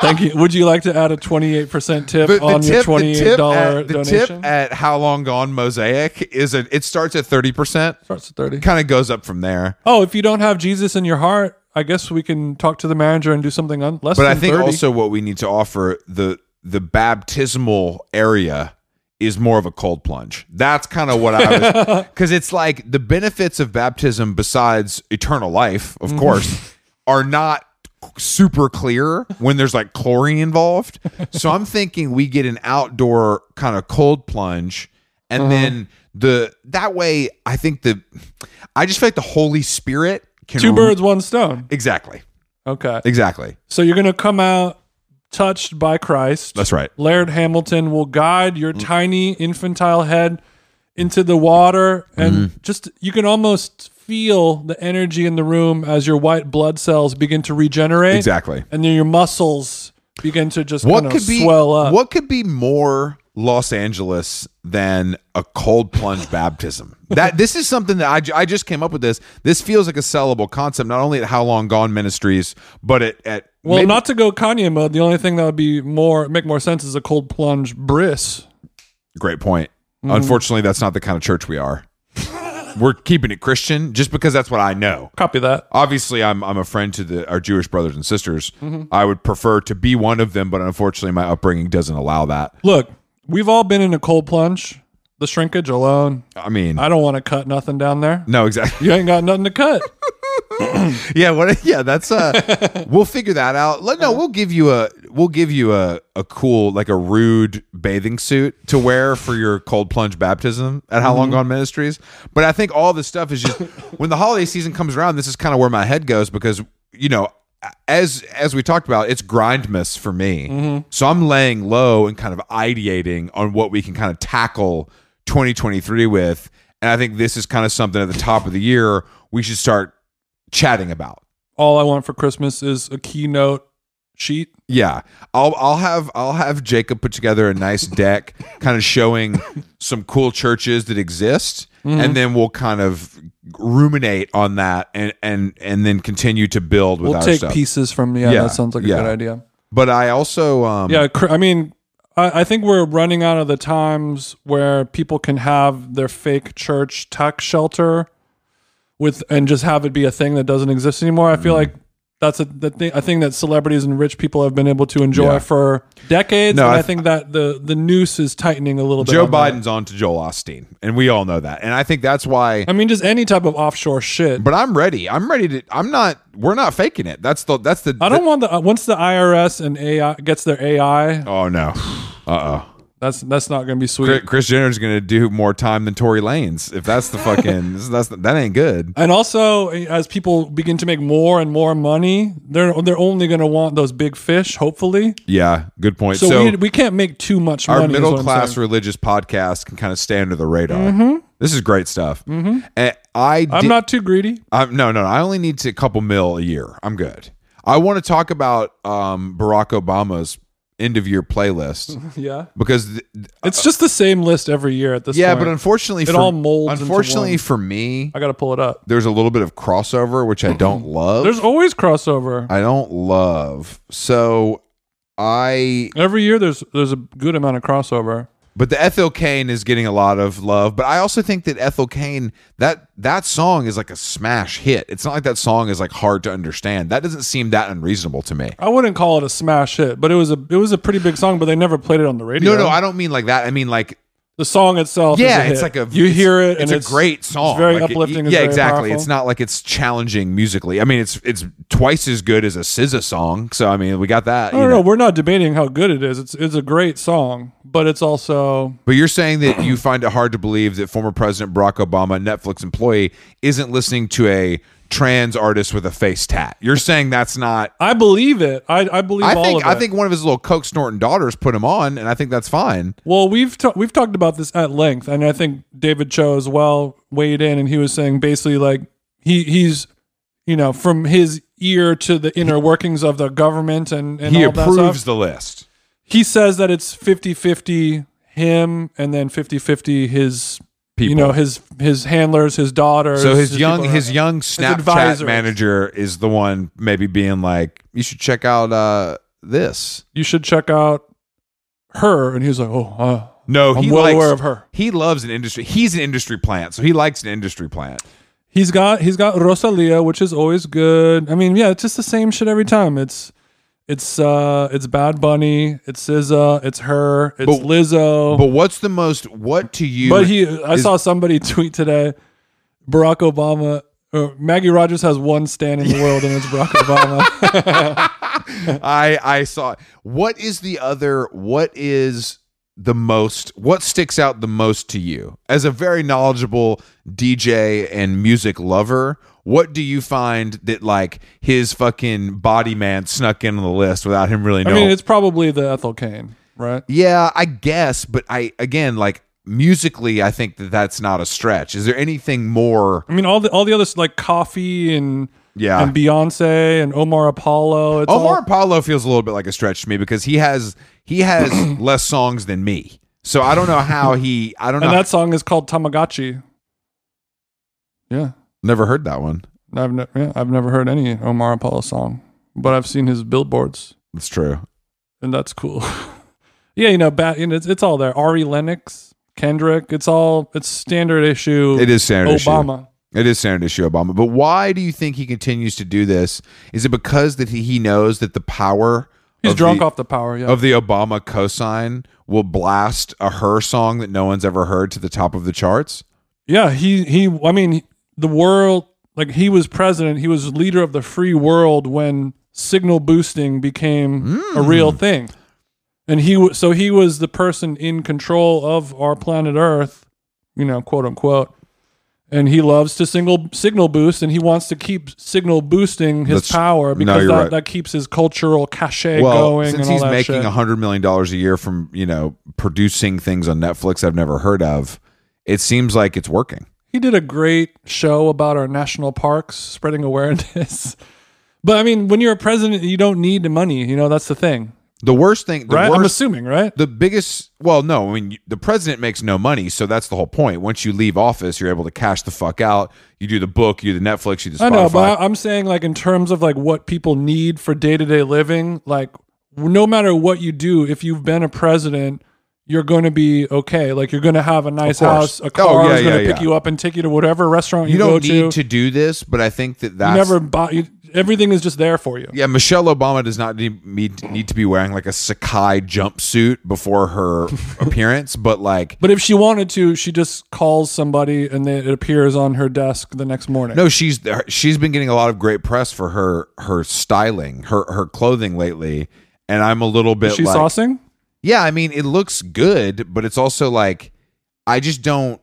Speaker 1: Thank you. Would you like to add a 28% tip
Speaker 2: But
Speaker 1: on your
Speaker 2: the
Speaker 1: $28
Speaker 2: at, the
Speaker 1: donation?
Speaker 2: tip at how long gone mosaic is a, it starts at 30%
Speaker 1: Starts at 30.
Speaker 2: kind of goes up from there
Speaker 1: Oh, if you don't have Jesus in your heart, I guess we can talk to the manager and do something un- less
Speaker 2: but
Speaker 1: than
Speaker 2: i think
Speaker 1: 30.
Speaker 2: also what we need to offer the the baptismal area is more of a cold plunge that's kind of what i was because it's like the benefits of baptism besides eternal life
Speaker 1: Mm-hmm.
Speaker 2: of course are not super clear when there's like chlorine involved so i'm thinking we get an outdoor kind of cold plunge
Speaker 1: Uh-huh.
Speaker 2: and then the that way i think the i just feel like the holy spirit can
Speaker 1: two birds, one stone.
Speaker 2: exactly
Speaker 1: Okay.
Speaker 2: exactly
Speaker 1: So you're going to come out touched by Christ.
Speaker 2: that's right
Speaker 1: Laird Hamilton will guide your tiny infantile head into the water and
Speaker 2: Mm-hmm.
Speaker 1: just you can almost feel the energy in the room as your white blood cells begin to regenerate
Speaker 2: exactly
Speaker 1: and then your muscles begin to just
Speaker 2: what
Speaker 1: kind
Speaker 2: could
Speaker 1: of
Speaker 2: be
Speaker 1: swell up.
Speaker 2: what could be more Los Angeles than a cold plunge baptism? That this is something that I, ju- I just came up with. This this feels like a sellable concept, not only at How Long Gone Ministries, but at, at
Speaker 1: well,
Speaker 2: maybe-
Speaker 1: not to go Kanye mode, the only thing that would be more make more sense is a cold plunge bris.
Speaker 2: great point.
Speaker 1: Mm-hmm.
Speaker 2: Unfortunately, that's not the kind of church we are. We're keeping it Christian just because that's what I know.
Speaker 1: Copy that.
Speaker 2: Obviously, I'm I'm a friend to the our Jewish brothers and sisters.
Speaker 1: Mm-hmm.
Speaker 2: I would prefer to be one of them, but unfortunately, my upbringing doesn't allow that.
Speaker 1: Look, we've all been in a cold plunge. The shrinkage alone.
Speaker 2: I mean,
Speaker 1: I don't want to cut nothing down there.
Speaker 2: no, exactly.
Speaker 1: You ain't got nothing to cut.
Speaker 2: Yeah, what? Yeah, that's uh, we'll figure that out. Let- No, we'll give you a we'll give you a a cool like a rude bathing suit to wear for your cold plunge baptism at How Long Gone Ministries. But I think all this stuff is just when the holiday season comes around. This is kind of where my head goes because you know as as we talked about, it's grindmas for me. So I'm laying low and kind of ideating on what we can kind of tackle 2023 with. And I think this is kind of something at the top of the year we should start chatting about.
Speaker 1: all I want for Christmas is a keynote sheet.
Speaker 2: Yeah, I'll I'll have I'll have Jacob put together a nice deck, kind of showing some cool churches that exist,
Speaker 1: Mm-hmm.
Speaker 2: and then we'll kind of ruminate on that, and and and then continue to build with
Speaker 1: We'll
Speaker 2: our
Speaker 1: take
Speaker 2: stuff.
Speaker 1: pieces from yeah,
Speaker 2: Yeah,
Speaker 1: That sounds like a
Speaker 2: yeah. Mm-hmm.
Speaker 1: good idea.
Speaker 2: but I also um,
Speaker 1: Yeah, cr- I mean, I, I think we're running out of the times where people can have their fake church tax shelter with and just have it be a thing that doesn't exist anymore. I feel
Speaker 2: Mm-hmm.
Speaker 1: like. That's a, the thing, a thing that celebrities and rich people have been able to enjoy
Speaker 2: Yeah.
Speaker 1: for decades.
Speaker 2: No,
Speaker 1: and
Speaker 2: I
Speaker 1: I,
Speaker 2: th-
Speaker 1: think that the, the noose is tightening a little bit.
Speaker 2: Joe
Speaker 1: on that.
Speaker 2: Biden's on to Joel Osteen, and we all know that, and I think that's why.
Speaker 1: I mean, just any type of offshore shit.
Speaker 2: But I'm ready. I'm ready to. I'm not. We're not faking it. That's the. That's the.
Speaker 1: I don't want the uh, once the IRS and AI gets their AI,
Speaker 2: oh no. Uh oh.
Speaker 1: that's that's not going to be sweet.
Speaker 2: Chris, Chris Jenner's gonna do more time than Tory Lanez. If that's the fucking. that's that ain't good.
Speaker 1: And also, as people begin to make more and more money, they're they're only going to want those big fish. Hopefully,
Speaker 2: Yeah, good point.
Speaker 1: so,
Speaker 2: So,
Speaker 1: we, we can't make too much
Speaker 2: our
Speaker 1: money. is what
Speaker 2: middle
Speaker 1: I'm
Speaker 2: class
Speaker 1: saying. Mm-hmm.
Speaker 2: religious podcast can kind of stay under the radar. This is great stuff. Mm-hmm. And I
Speaker 1: I'm
Speaker 2: did-
Speaker 1: not too greedy.
Speaker 2: I'm, no, no, I only need to a couple mil a year. I'm good. I want to talk about um, Barack Obama's end of year playlist
Speaker 1: yeah.
Speaker 2: because th- th-
Speaker 1: It's just the same list every year at this
Speaker 2: yeah,
Speaker 1: point.
Speaker 2: but unfortunately,
Speaker 1: It
Speaker 2: for,
Speaker 1: all molds into
Speaker 2: Unfortunately
Speaker 1: one.
Speaker 2: for me,
Speaker 1: I got to pull it up.
Speaker 2: there's a little bit of crossover which I don't love.
Speaker 1: Mm-hmm. There's always crossover.
Speaker 2: I don't love. So I,
Speaker 1: Every year there's there's a good amount of crossover.
Speaker 2: but the Ethel Kane is getting a lot of love. But I also think that Ethel Kane that that song is like a smash hit. It's not like that song is like hard to understand. That doesn't seem that unreasonable to me.
Speaker 1: I wouldn't call it a smash hit, but it was a it was a pretty big song. But they never played it on the radio.
Speaker 2: No, no, I don't mean like that. I mean like
Speaker 1: the song itself. is
Speaker 2: yeah,
Speaker 1: a
Speaker 2: it's
Speaker 1: hit.
Speaker 2: like a
Speaker 1: you
Speaker 2: it's-
Speaker 1: hear it.
Speaker 2: It's
Speaker 1: and
Speaker 2: a great song.
Speaker 1: It's very
Speaker 2: Like, it-
Speaker 1: uplifting.
Speaker 2: yeah, exactly.
Speaker 1: It's
Speaker 2: It's not like it's challenging musically. I mean, it's it's twice as good as a SZA song. So I mean, we got that.
Speaker 1: No,
Speaker 2: you
Speaker 1: Oh, no,
Speaker 2: know.
Speaker 1: no, we're not debating how good it is. It's it's a great song, but it's also
Speaker 2: But you're saying that you find it hard to believe that former President Barack Obama, a Netflix employee, isn't listening to a trans artist with a face tat. You're saying that's not.
Speaker 1: I believe it. I I believe
Speaker 2: I
Speaker 1: all
Speaker 2: think
Speaker 1: of it.
Speaker 2: I think one of his little coke snorting daughters put him on, and I think that's fine.
Speaker 1: Well, we've ta- we've talked about this at length, and I think David Cho as well weighed in, and he was saying basically like he he's you know from his ear to the inner workings of the government and and
Speaker 2: He
Speaker 1: all that
Speaker 2: approves
Speaker 1: stuff.
Speaker 2: the list.
Speaker 1: He says that it's 50-50 him and then 50-50 his
Speaker 2: People.
Speaker 1: you know his his handlers, his daughters.
Speaker 2: So his young
Speaker 1: people
Speaker 2: his
Speaker 1: around-
Speaker 2: young Snapchat
Speaker 1: advisors.
Speaker 2: manager is the one maybe being like, "You should check out uh, this."
Speaker 1: you should check out her, and he's like, oh, uh,
Speaker 2: No,
Speaker 1: I'm
Speaker 2: he
Speaker 1: well
Speaker 2: likes,
Speaker 1: aware of her.
Speaker 2: He loves an industry. He's an industry plant, so he likes an industry plant.
Speaker 1: He's got he's got Rosalia, which is always good. I mean, yeah, it's just the same shit every time. It's it's uh it's Bad Bunny, it's SZA, it's her, it's
Speaker 2: But-
Speaker 1: Lizzo.
Speaker 2: But
Speaker 1: But,
Speaker 2: what's the most? What to you?
Speaker 1: he, I
Speaker 2: is-
Speaker 1: saw somebody tweet today, Barack Obama. Or Maggie Rogers has one stand in the world, and it's Barack Obama.
Speaker 2: I I saw what is the other what is the most what sticks out the most to you as a very knowledgeable DJ and music lover what do you find that like his fucking body man snuck in on the list without him really
Speaker 1: I
Speaker 2: knowing
Speaker 1: mean, it's probably the Ethel Kane, right?
Speaker 2: yeah I guess but I again like musically I think that that's not a stretch is there anything more
Speaker 1: I mean, all the all the others like Coffee and
Speaker 2: Yeah.
Speaker 1: and Beyonce and Omar Apollo. It's
Speaker 2: Omar
Speaker 1: all-
Speaker 2: Apollo feels a little bit like a stretch to me because he has he has less songs than me. So I don't know how he I don't know
Speaker 1: and that song is called Tamagotchi. Yeah.
Speaker 2: Never heard that one.
Speaker 1: I've ne- yeah, I've never heard any Omar Apollo song, but I've seen his billboards,
Speaker 2: That's true.
Speaker 1: and that's cool. yeah, you know, bat, you know, it's, it's all there. Ari Lennox, Kendrick, it's all it's standard issue.
Speaker 2: It is standard issue.
Speaker 1: Obama.
Speaker 2: It is standard issue Obama. But why do you think he continues to do this? Is it because that he, he knows that the power
Speaker 1: He's
Speaker 2: of
Speaker 1: drunk
Speaker 2: the,
Speaker 1: off the power. Yeah,
Speaker 2: of the Obama cosign will blast a her song that no one's ever heard to the top of the charts?
Speaker 1: yeah. He he. I mean, the world. Like he was president. He was leader of the free world when signal boosting became a
Speaker 2: Hmm.
Speaker 1: real thing, and he wa so he was the person in control of our planet Earth. you know, quote unquote. And he loves to single signal boost, and he wants to keep signal boosting his
Speaker 2: That's-
Speaker 1: power
Speaker 2: no,
Speaker 1: because
Speaker 2: you're
Speaker 1: that,
Speaker 2: right.
Speaker 1: that keeps his cultural cachet
Speaker 2: Well,
Speaker 1: going.
Speaker 2: since
Speaker 1: and all
Speaker 2: he's
Speaker 1: that
Speaker 2: making
Speaker 1: shit.
Speaker 2: a hundred million dollars a year from, you know, producing things on Netflix I've never heard of, it seems like it's working.
Speaker 1: he did a great show about our national parks, spreading awareness. but I mean, when you're a president, you don't need the money. You know, that's the thing,
Speaker 2: The worst thing the
Speaker 1: right? I'm
Speaker 2: worst
Speaker 1: assuming, right?
Speaker 2: the biggest well no i mean the president makes no money so that's the whole point once you leave office you're able to cash the fuck out you do the book you do the netflix you do spotify
Speaker 1: I know, but I- I'm saying like in terms of like what people need for day to day living, like no matter what you do, if you've been a president, you're going to be okay. Like you're going to have a nice house,
Speaker 2: course. Oh,
Speaker 1: a car
Speaker 2: yeah,
Speaker 1: is going to
Speaker 2: yeah,
Speaker 1: pick
Speaker 2: yeah.
Speaker 1: you up and take you to whatever restaurant you,
Speaker 2: you
Speaker 1: go
Speaker 2: don't need
Speaker 1: to.
Speaker 2: to do this but i think that
Speaker 1: you
Speaker 2: that's
Speaker 1: never buy. You, everything is just there for you.
Speaker 2: yeah michelle obama does not need, need, need to be wearing like a sakai jumpsuit before her appearance but like
Speaker 1: But if she wanted to, she just calls somebody and they, it appears on her desk the next morning.
Speaker 2: no she's her- she's been getting a lot of great press for her her styling her her clothing lately and i'm a little bit
Speaker 1: is she
Speaker 2: like,
Speaker 1: saucing.
Speaker 2: Yeah, I mean, it looks good, but it's also like I just don't.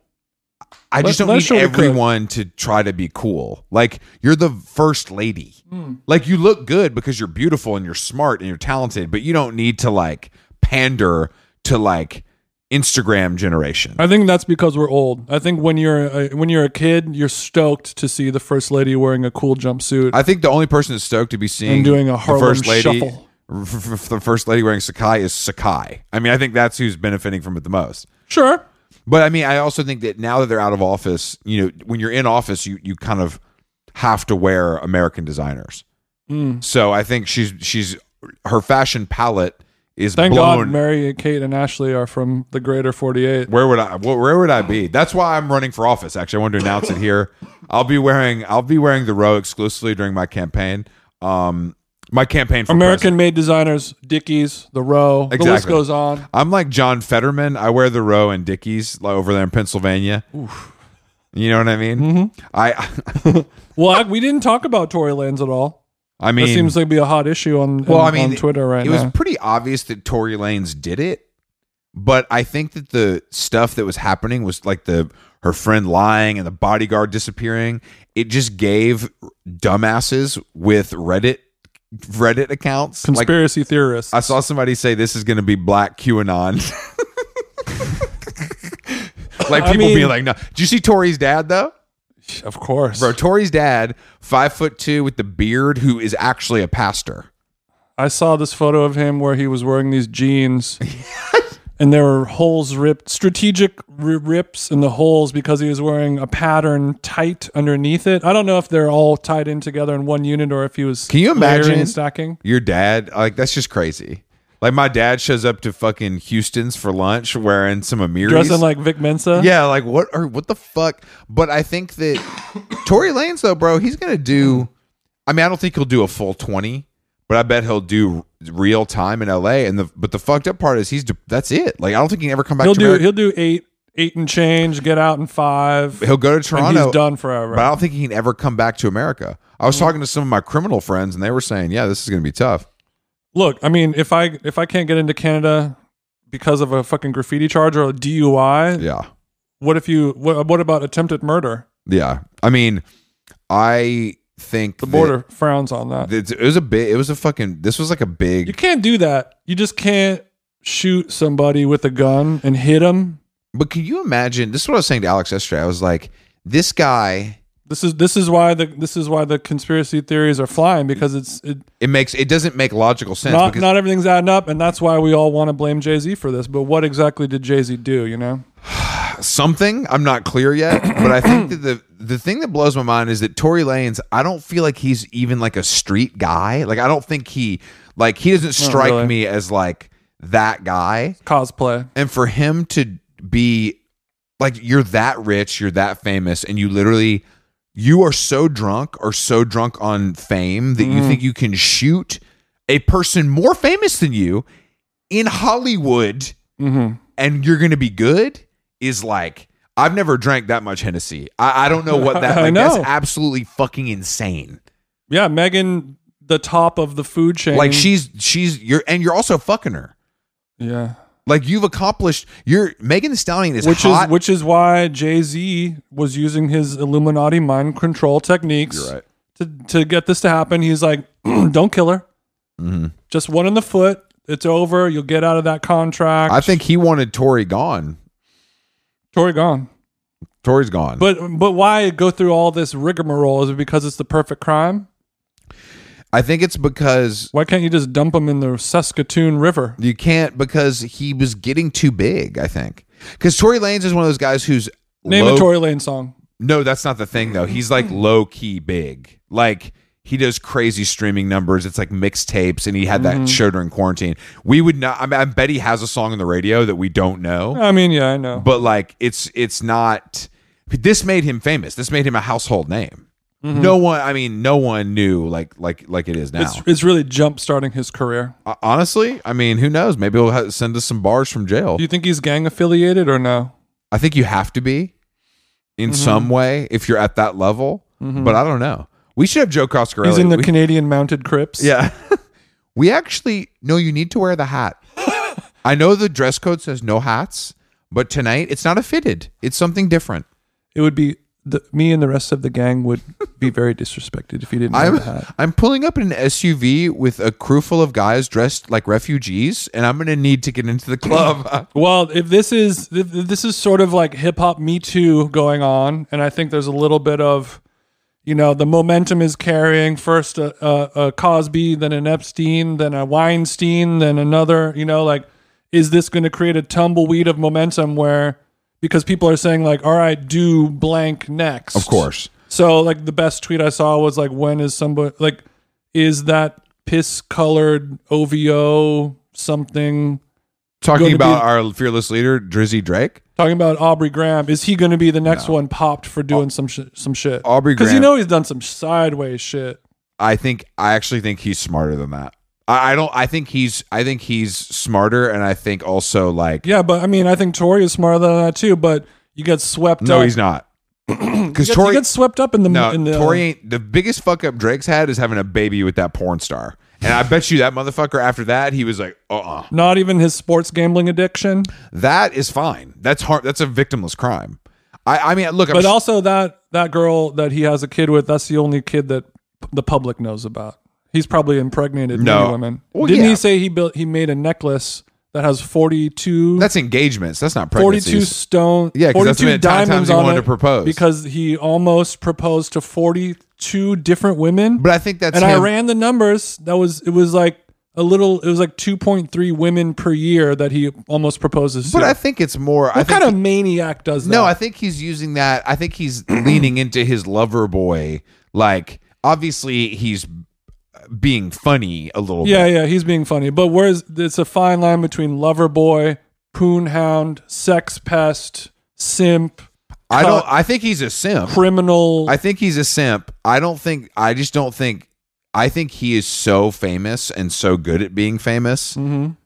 Speaker 2: I just
Speaker 1: Let-
Speaker 2: don't
Speaker 1: let
Speaker 2: need
Speaker 1: Shirley Cook.
Speaker 2: everyone to try to be cool. Like you're the first lady.
Speaker 1: Hmm.
Speaker 2: Like you look good because you're beautiful and you're smart and you're talented, but you don't need to like pander to like Instagram generation.
Speaker 1: I think that's because we're old. I think when you're a, when you're a kid, you're stoked to see the first lady wearing a cool jumpsuit.
Speaker 2: I think the only person that's stoked to be seeing
Speaker 1: And doing a
Speaker 2: the
Speaker 1: Harlem
Speaker 2: first lady
Speaker 1: shuffle.
Speaker 2: f- f- f- the first lady wearing Sakai is Sakai. I mean, I think that's who's benefiting from it the most.
Speaker 1: Sure.
Speaker 2: But I mean, I also think that now that they're out of office, you know, when you're in office, you you kind of have to wear American designers.
Speaker 1: Mm.
Speaker 2: So I think she's she's her fashion palette is
Speaker 1: Thank God
Speaker 2: blown.
Speaker 1: Mary, Kate, and Ashley are from the greater 48.
Speaker 2: where would I? wh- Where would I be? That's why I'm running for office. Actually, I wanted to announce it here. I'll be wearing I'll be wearing the row exclusively during my campaign. Um, my campaign for president.
Speaker 1: American made designers, Dickies, The Row. The list
Speaker 2: Exactly.
Speaker 1: goes on.
Speaker 2: I'm like John Fetterman. I wear the row and Dickies like, over there in Pennsylvania. You know what I mean?
Speaker 1: Mm-hmm.
Speaker 2: I
Speaker 1: Well, I, we didn't talk about Tory Lands at all.
Speaker 2: I
Speaker 1: That
Speaker 2: mean,
Speaker 1: seems like be a hot issue on,
Speaker 2: well,
Speaker 1: on,
Speaker 2: I mean,
Speaker 1: on Twitter right
Speaker 2: it
Speaker 1: now.
Speaker 2: was pretty obvious that Tory Lanez did it, but I think that the stuff that was happening was like the her friend lying and the bodyguard disappearing. It just gave dumbasses with Reddit Reddit accounts like
Speaker 1: Conspiracy theorists.
Speaker 2: I saw somebody say this is going to be Black QAnon. like
Speaker 1: I
Speaker 2: people
Speaker 1: mean-
Speaker 2: being like, "No." Did you see Tori's dad though?
Speaker 1: of course.
Speaker 2: Bro, Tori's dad, five foot two with the beard, who is actually a pastor.
Speaker 1: I saw this photo of him where he was wearing these jeans. And there were holes ripped, strategic ri rips in the holes because he was wearing a pattern tight underneath it. I don't know if they're all tied in together in one unit or if he was.
Speaker 2: Can you
Speaker 1: layering
Speaker 2: imagine?
Speaker 1: and stacking?
Speaker 2: Your dad, like that's just crazy. Like my dad shows up to fucking Houston's for lunch wearing some Amiris.
Speaker 1: Dressing like Vic Mensa.
Speaker 2: yeah, like what or what the fuck? But I think that Tory Lanez though, bro, he's gonna do. I mean, I don't think he'll do a full twenty, but I bet he'll do real time in L.A. And the but the fucked up part is he's de- that's it. Like I don't think he can ever come back.
Speaker 1: he'll
Speaker 2: to
Speaker 1: do.
Speaker 2: America.
Speaker 1: He'll do eight, eight and change. Get out in five.
Speaker 2: He'll go to
Speaker 1: and
Speaker 2: Toronto.
Speaker 1: he's done Mm. forever.
Speaker 2: but I don't think he can ever come back to America. I was talking to some of my criminal friends, and they were saying, "Yeah, this is going to be tough."
Speaker 1: Look, I mean, if I if I can't get into Canada because of a fucking graffiti charge or a DUI,
Speaker 2: Yeah,
Speaker 1: what if you? What, what about attempted murder?
Speaker 2: yeah. I mean, I think
Speaker 1: The border frowns on that.
Speaker 2: it was a bit. It was a fucking. This was like a
Speaker 1: You
Speaker 2: big.
Speaker 1: can't do that. You just can't shoot somebody with a gun and hit them.
Speaker 2: But can you imagine? This is what I was saying to Alex yesterday. I was like, "This guy.
Speaker 1: This is this is why the this is why the conspiracy theories are flying because it's it,
Speaker 2: It makes. It doesn't make logical sense
Speaker 1: not
Speaker 2: because
Speaker 1: not everything's adding up, and that's why we all want to blame Jay Z for this. But what exactly did Jay Z do? You know,
Speaker 2: something. I'm not clear yet. but I think that the the thing that blows my mind is that Tory Lanez. I don't feel like he's even like a street guy. Like I don't think he like he doesn't strike
Speaker 1: really.
Speaker 2: me as like that guy.
Speaker 1: cosplay.
Speaker 2: and for him to be like you're that rich you're that famous and you literally you are so drunk or so drunk on fame that
Speaker 1: Mm.
Speaker 2: you think you can shoot a person more famous than you in hollywood
Speaker 1: Mm-hmm.
Speaker 2: and you're gonna be good is like i've never drank that much hennessy i, I don't know what that
Speaker 1: I
Speaker 2: like
Speaker 1: know.
Speaker 2: that's absolutely fucking insane
Speaker 1: Yeah, Megan, the top of the food chain.
Speaker 2: like she's she's you're and you're also fucking her
Speaker 1: yeah,
Speaker 2: like you've accomplished you're megan the stallion is
Speaker 1: which
Speaker 2: hot
Speaker 1: is which is why Jay Z was using his Illuminati mind control techniques
Speaker 2: right.
Speaker 1: to to get this to happen. He's like, don't kill her,
Speaker 2: Mhm.
Speaker 1: just one in the foot. It's over. You'll get out of that contract.
Speaker 2: I think he wanted Tory gone.
Speaker 1: Tory gone.
Speaker 2: Tory's gone.
Speaker 1: But but why go through all this rigmarole? Is it because it's the perfect crime?
Speaker 2: I think it's because
Speaker 1: Why can't you just dump him in the Saskatoon River?
Speaker 2: you can't because he was getting too big. I think because Tory Lanez is one of those guys who's
Speaker 1: Name
Speaker 2: low-
Speaker 1: a Tory Lane song.
Speaker 2: No, that's not the thing though. He's like low key big. Like he does crazy streaming numbers. It's like mixtapes, and he had
Speaker 1: Mm-hmm.
Speaker 2: that show during quarantine. We would not. I, mean, I bet he has a song on the radio that we don't know.
Speaker 1: I mean, yeah, I know.
Speaker 2: But like, it's it's not. This made him famous. This made him a household name. No one. I mean, no one knew like like like it is now.
Speaker 1: Mm-hmm. It's it's really jump starting his career.
Speaker 2: Uh, Honestly, I mean, who knows? Maybe he'll ha- send us some bars from jail.
Speaker 1: Do you think he's gang affiliated or no?
Speaker 2: I think you have to be
Speaker 1: Mm-hmm.
Speaker 2: in some way if you're at that level, but I don't know. We should have Joe Coscarelli.
Speaker 1: He's in the
Speaker 2: We-
Speaker 1: Canadian Mounted Crips.
Speaker 2: yeah. we actually no. You need to wear the hat. I know the dress code says no hats, but tonight it's not a fitted. It's something different.
Speaker 1: It would be the, me and the rest of the gang would be very disrespected if he didn't have
Speaker 2: I'm
Speaker 1: a hat.
Speaker 2: I'm pulling up in an SUV with a crew full of guys dressed like refugees, and I'm gonna need to get into the club.
Speaker 1: Well, if this is if this is sort of like hip hop Me Too going on, and I think there's a little bit of you know the momentum is carrying first a, a, a Cosby, then an Epstein, then a Weinstein, then another. You know, like is this going to create a tumbleweed of momentum where because people are saying like, all right, do blank next.
Speaker 2: Of course.
Speaker 1: So like the best tweet I saw was like, when is somebody like, is that piss colored OVO something
Speaker 2: Talking
Speaker 1: Gonna be-
Speaker 2: about our fearless leader, Drizzy Drake.
Speaker 1: talking about Aubrey Graham? Is he going to be the next one popped for doing some sh- some shit?
Speaker 2: Aubrey
Speaker 1: because
Speaker 2: Graham.
Speaker 1: you know he's done some sideways shit.
Speaker 2: I think I actually think he's smarter than that. I, I don't. I think he's. I think he's smarter, and I think also like
Speaker 1: Yeah, but I mean, I think Tory is smarter than that too. But you get swept
Speaker 2: no,
Speaker 1: up.
Speaker 2: he's not. Because
Speaker 1: You get,
Speaker 2: Tori,
Speaker 1: you get swept up in the
Speaker 2: no,
Speaker 1: in the
Speaker 2: Tori ain't the biggest fuck up Drake's had is having a baby with that porn star, and I bet you that motherfucker after that he was like, uh, uh
Speaker 1: not even his sports gambling addiction,
Speaker 2: that is fine. That's hard. That's a victimless crime. I, I mean, look, I'm
Speaker 1: but
Speaker 2: s-
Speaker 1: also that that girl that he has a kid with. That's the only kid that p- the public knows about. He's probably impregnated
Speaker 2: No.
Speaker 1: many women.
Speaker 2: Well,
Speaker 1: Didn't
Speaker 2: yeah.
Speaker 1: he say he built he made a necklace that has forty two
Speaker 2: that's engagements. That's not
Speaker 1: 42
Speaker 2: pregnancies.
Speaker 1: stone
Speaker 2: Yeah, 'cause
Speaker 1: 42
Speaker 2: that's the amount of times
Speaker 1: diamonds
Speaker 2: he
Speaker 1: on
Speaker 2: wanted
Speaker 1: it
Speaker 2: to propose.
Speaker 1: because he almost proposed to 42 different women
Speaker 2: But I think that's
Speaker 1: and I
Speaker 2: him.
Speaker 1: ran the numbers that was it was like a little it was like 2.3 women per year that he almost proposes
Speaker 2: But
Speaker 1: to
Speaker 2: I think it's more. I
Speaker 1: what
Speaker 2: think
Speaker 1: kind of maniac does that
Speaker 2: No, I think he's using that. I think he's leaning into his lover boy. Like, obviously, he's being funny a little
Speaker 1: yeah
Speaker 2: bit.
Speaker 1: yeah he's being funny but where's it's a fine line between lover boy poonhound sex pest simp
Speaker 2: I don't. I think he's a simp.
Speaker 1: criminal
Speaker 2: I think he's a simp. I don't think. I just don't think. I think he is so famous and so good at being famous.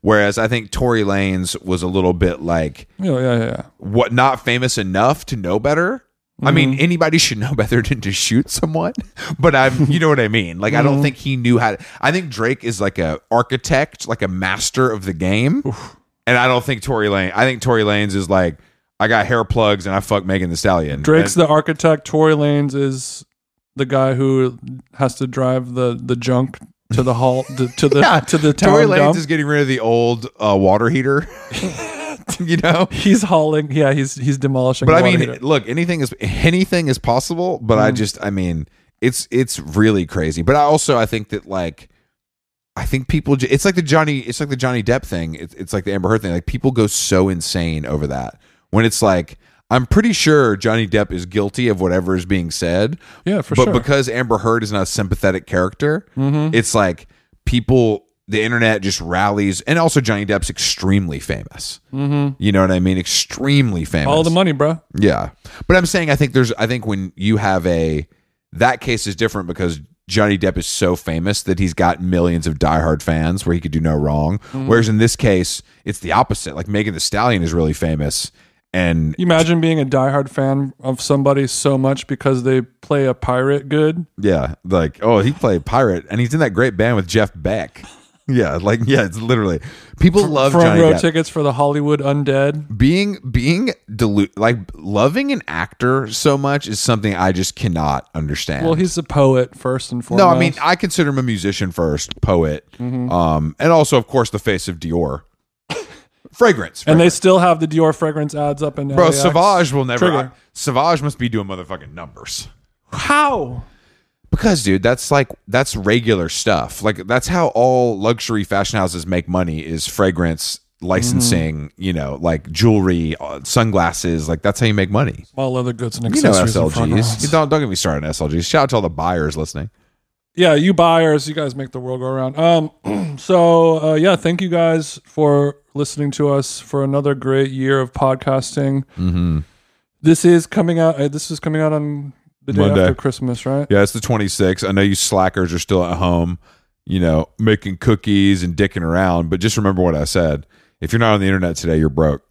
Speaker 2: Whereas I think Tory Lanez was a little bit like
Speaker 1: yeah yeah yeah
Speaker 2: what not famous enough to know better. I mean, anybody should know better than to shoot someone, but I'm, you know what I mean. Like, I don't think he knew how. To, I think Drake is like a architect, like a master of the game, and I don't think Tory Lane. I think Tory Lanes is like, I got hair plugs and I fuck Megan the Stallion.
Speaker 1: Drake's
Speaker 2: And-
Speaker 1: the architect. Tory Lanez is the guy who has to drive the the junk to the hall to, to the
Speaker 2: Yeah,
Speaker 1: to the town
Speaker 2: Tory Lanes
Speaker 1: dump.
Speaker 2: is getting rid of the old uh, water heater, you know.
Speaker 1: he's hauling. Yeah, he's he's demolishing.
Speaker 2: But
Speaker 1: the
Speaker 2: I
Speaker 1: water
Speaker 2: mean,
Speaker 1: heater.
Speaker 2: look, anything is anything is possible. But
Speaker 1: Mm.
Speaker 2: I just, I mean, it's it's really crazy. But I also, I think that like, I think people, ju- it's like the Johnny, it's like the Johnny Depp thing. It's, it's like the Amber Heard thing. Like people go so insane over that when it's like, I'm pretty sure Johnny Depp is guilty of whatever is being said.
Speaker 1: Yeah, for
Speaker 2: but
Speaker 1: sure. Mm-hmm.
Speaker 2: because Amber Heard is not a sympathetic character, it's like people. The internet just rallies, and also Johnny Depp's extremely famous. Mm-hmm. You know what I mean? Extremely famous.
Speaker 1: all the money, bro.
Speaker 2: Yeah. But I'm saying I think there's I think when you have a that case is different because Johnny Depp is so famous that he's got millions of diehard fans where he could do no wrong.
Speaker 1: Mm-hmm.
Speaker 2: Whereas in this case, it's the opposite. Like Megan the Stallion is really famous and
Speaker 1: You imagine being a diehard fan of somebody so much because they play a pirate good.
Speaker 2: yeah, like oh, he played pirate and he's in that great band with Jeff Beck. Yeah, like yeah, it's literally people love
Speaker 1: Front
Speaker 2: Johnny
Speaker 1: row
Speaker 2: Depp.
Speaker 1: tickets for the Hollywood Undead.
Speaker 2: being being delu- like loving an actor so much is something I just cannot understand.
Speaker 1: Well, he's a poet first and foremost.
Speaker 2: No, I mean I consider him a musician first, poet,
Speaker 1: Mm-hmm.
Speaker 2: um, and also of course the face of Dior, fragrance.
Speaker 1: and
Speaker 2: fragrance.
Speaker 1: they still have the Dior fragrance ads up in
Speaker 2: bro,
Speaker 1: LAX.
Speaker 2: Savage will never.
Speaker 1: Trigger.
Speaker 2: Savage must be doing motherfucking numbers
Speaker 1: How?
Speaker 2: because, dude, that's like that's regular stuff. Like that's how all luxury fashion houses make money is fragrance
Speaker 1: Mm-hmm.
Speaker 2: licensing. You know, like jewelry, uh, sunglasses. Like that's how you make money.
Speaker 1: All other goods and
Speaker 2: You know
Speaker 1: accessories. and front rows.
Speaker 2: SLGs. Don't, don't get me started on SLGs. Shout out to all the buyers listening.
Speaker 1: yeah, you buyers, you guys make the world go around. Um, so uh, yeah, thank you guys for listening to us for another great year of podcasting.
Speaker 2: Mm-hmm.
Speaker 1: This is coming out. Uh, this is coming out on the day
Speaker 2: Monday.
Speaker 1: after Christmas, right?
Speaker 2: Yeah, it's the 26th. I know you slackers are still at home, you know, making cookies and dicking around, but just remember what I said. If you're not on the internet today, you're broke.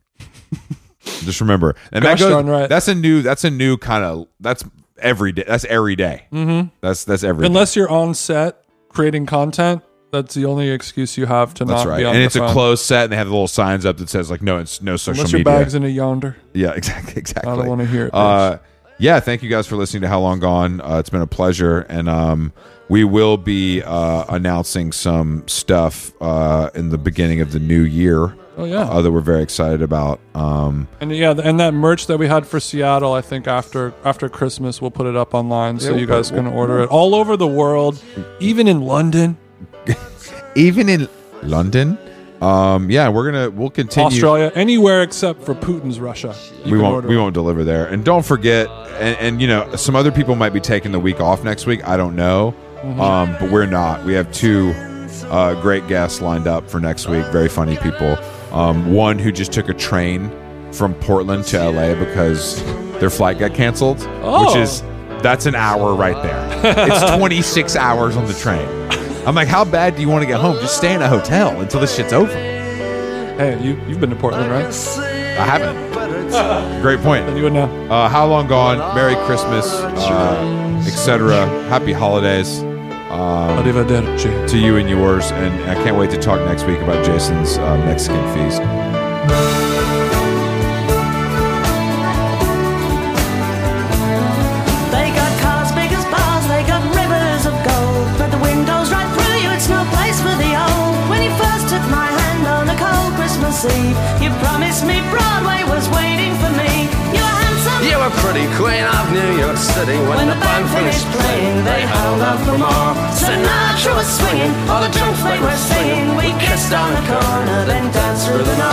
Speaker 2: just remember. And
Speaker 1: Gosh darn right.
Speaker 2: that's a new that's a new kind of that's every day. That's every Mm-hmm. That's that's every day.
Speaker 1: Unless you're on set creating content, that's the only excuse you have to
Speaker 2: That's
Speaker 1: not
Speaker 2: right.
Speaker 1: be on
Speaker 2: And
Speaker 1: the
Speaker 2: it's a
Speaker 1: phone.
Speaker 2: closed set and they have the little signs up that says like no it's no social
Speaker 1: Unless your
Speaker 2: media.
Speaker 1: bag's in a yonder,
Speaker 2: yeah, exactly exactly.
Speaker 1: I don't want to hear it.
Speaker 2: Uh, yeah, thank you guys for listening to How Long Gone. Uh, it's been a pleasure, and um, we will be uh, announcing some stuff uh, in the beginning of the new year.
Speaker 1: bitch. Oh yeah,
Speaker 2: uh, that we're very excited about. Um,
Speaker 1: and yeah, and that merch that we had for Seattle, I think after after Christmas we'll put it up online, so
Speaker 2: Yeah,
Speaker 1: you
Speaker 2: we'll-
Speaker 1: guys can order it all over the world, even in London,
Speaker 2: even in London, um, yeah, we're gonna we'll continue.
Speaker 1: Australia, anywhere except for Putin's Russia. You
Speaker 2: we
Speaker 1: can
Speaker 2: won't
Speaker 1: order
Speaker 2: we
Speaker 1: it.
Speaker 2: won't deliver there. And don't forget, and, and you know, some other people might be taking the week off next week. I don't know,
Speaker 1: Mm-hmm.
Speaker 2: um, but we're not. We have two uh, great guests lined up for next week. Very funny people. Um, one who just took a train from Portland to LA because their flight got canceled, which
Speaker 1: Oh.
Speaker 2: is that's an hour right there. It's 26 hours on the train. I'm like, how bad do you want to get home? Just stay in a hotel until this shit's over.
Speaker 1: Hey, you you've been to Portland, right?
Speaker 2: I haven't. Great point.
Speaker 1: Then you would know.
Speaker 2: Uh, how long gone? Merry Christmas, uh, etc. Happy holidays um,
Speaker 1: Arrivederci.
Speaker 2: to you and yours, and I can't wait to talk next week about Jason's uh, Mexican feast.
Speaker 3: They got cars big as bars, they got rivers of gold. But the window's right through you, it's no place for the old. When you first took my hand on a cold Christmas Eve, you promised me Broadway was waiting for me. You were handsome.
Speaker 4: You were pretty queen of New York City when,
Speaker 3: When the band finished playing, they held out for more. Sinatra was swinging, all the junk they were singing. We kissed on the corner, then danced through the night.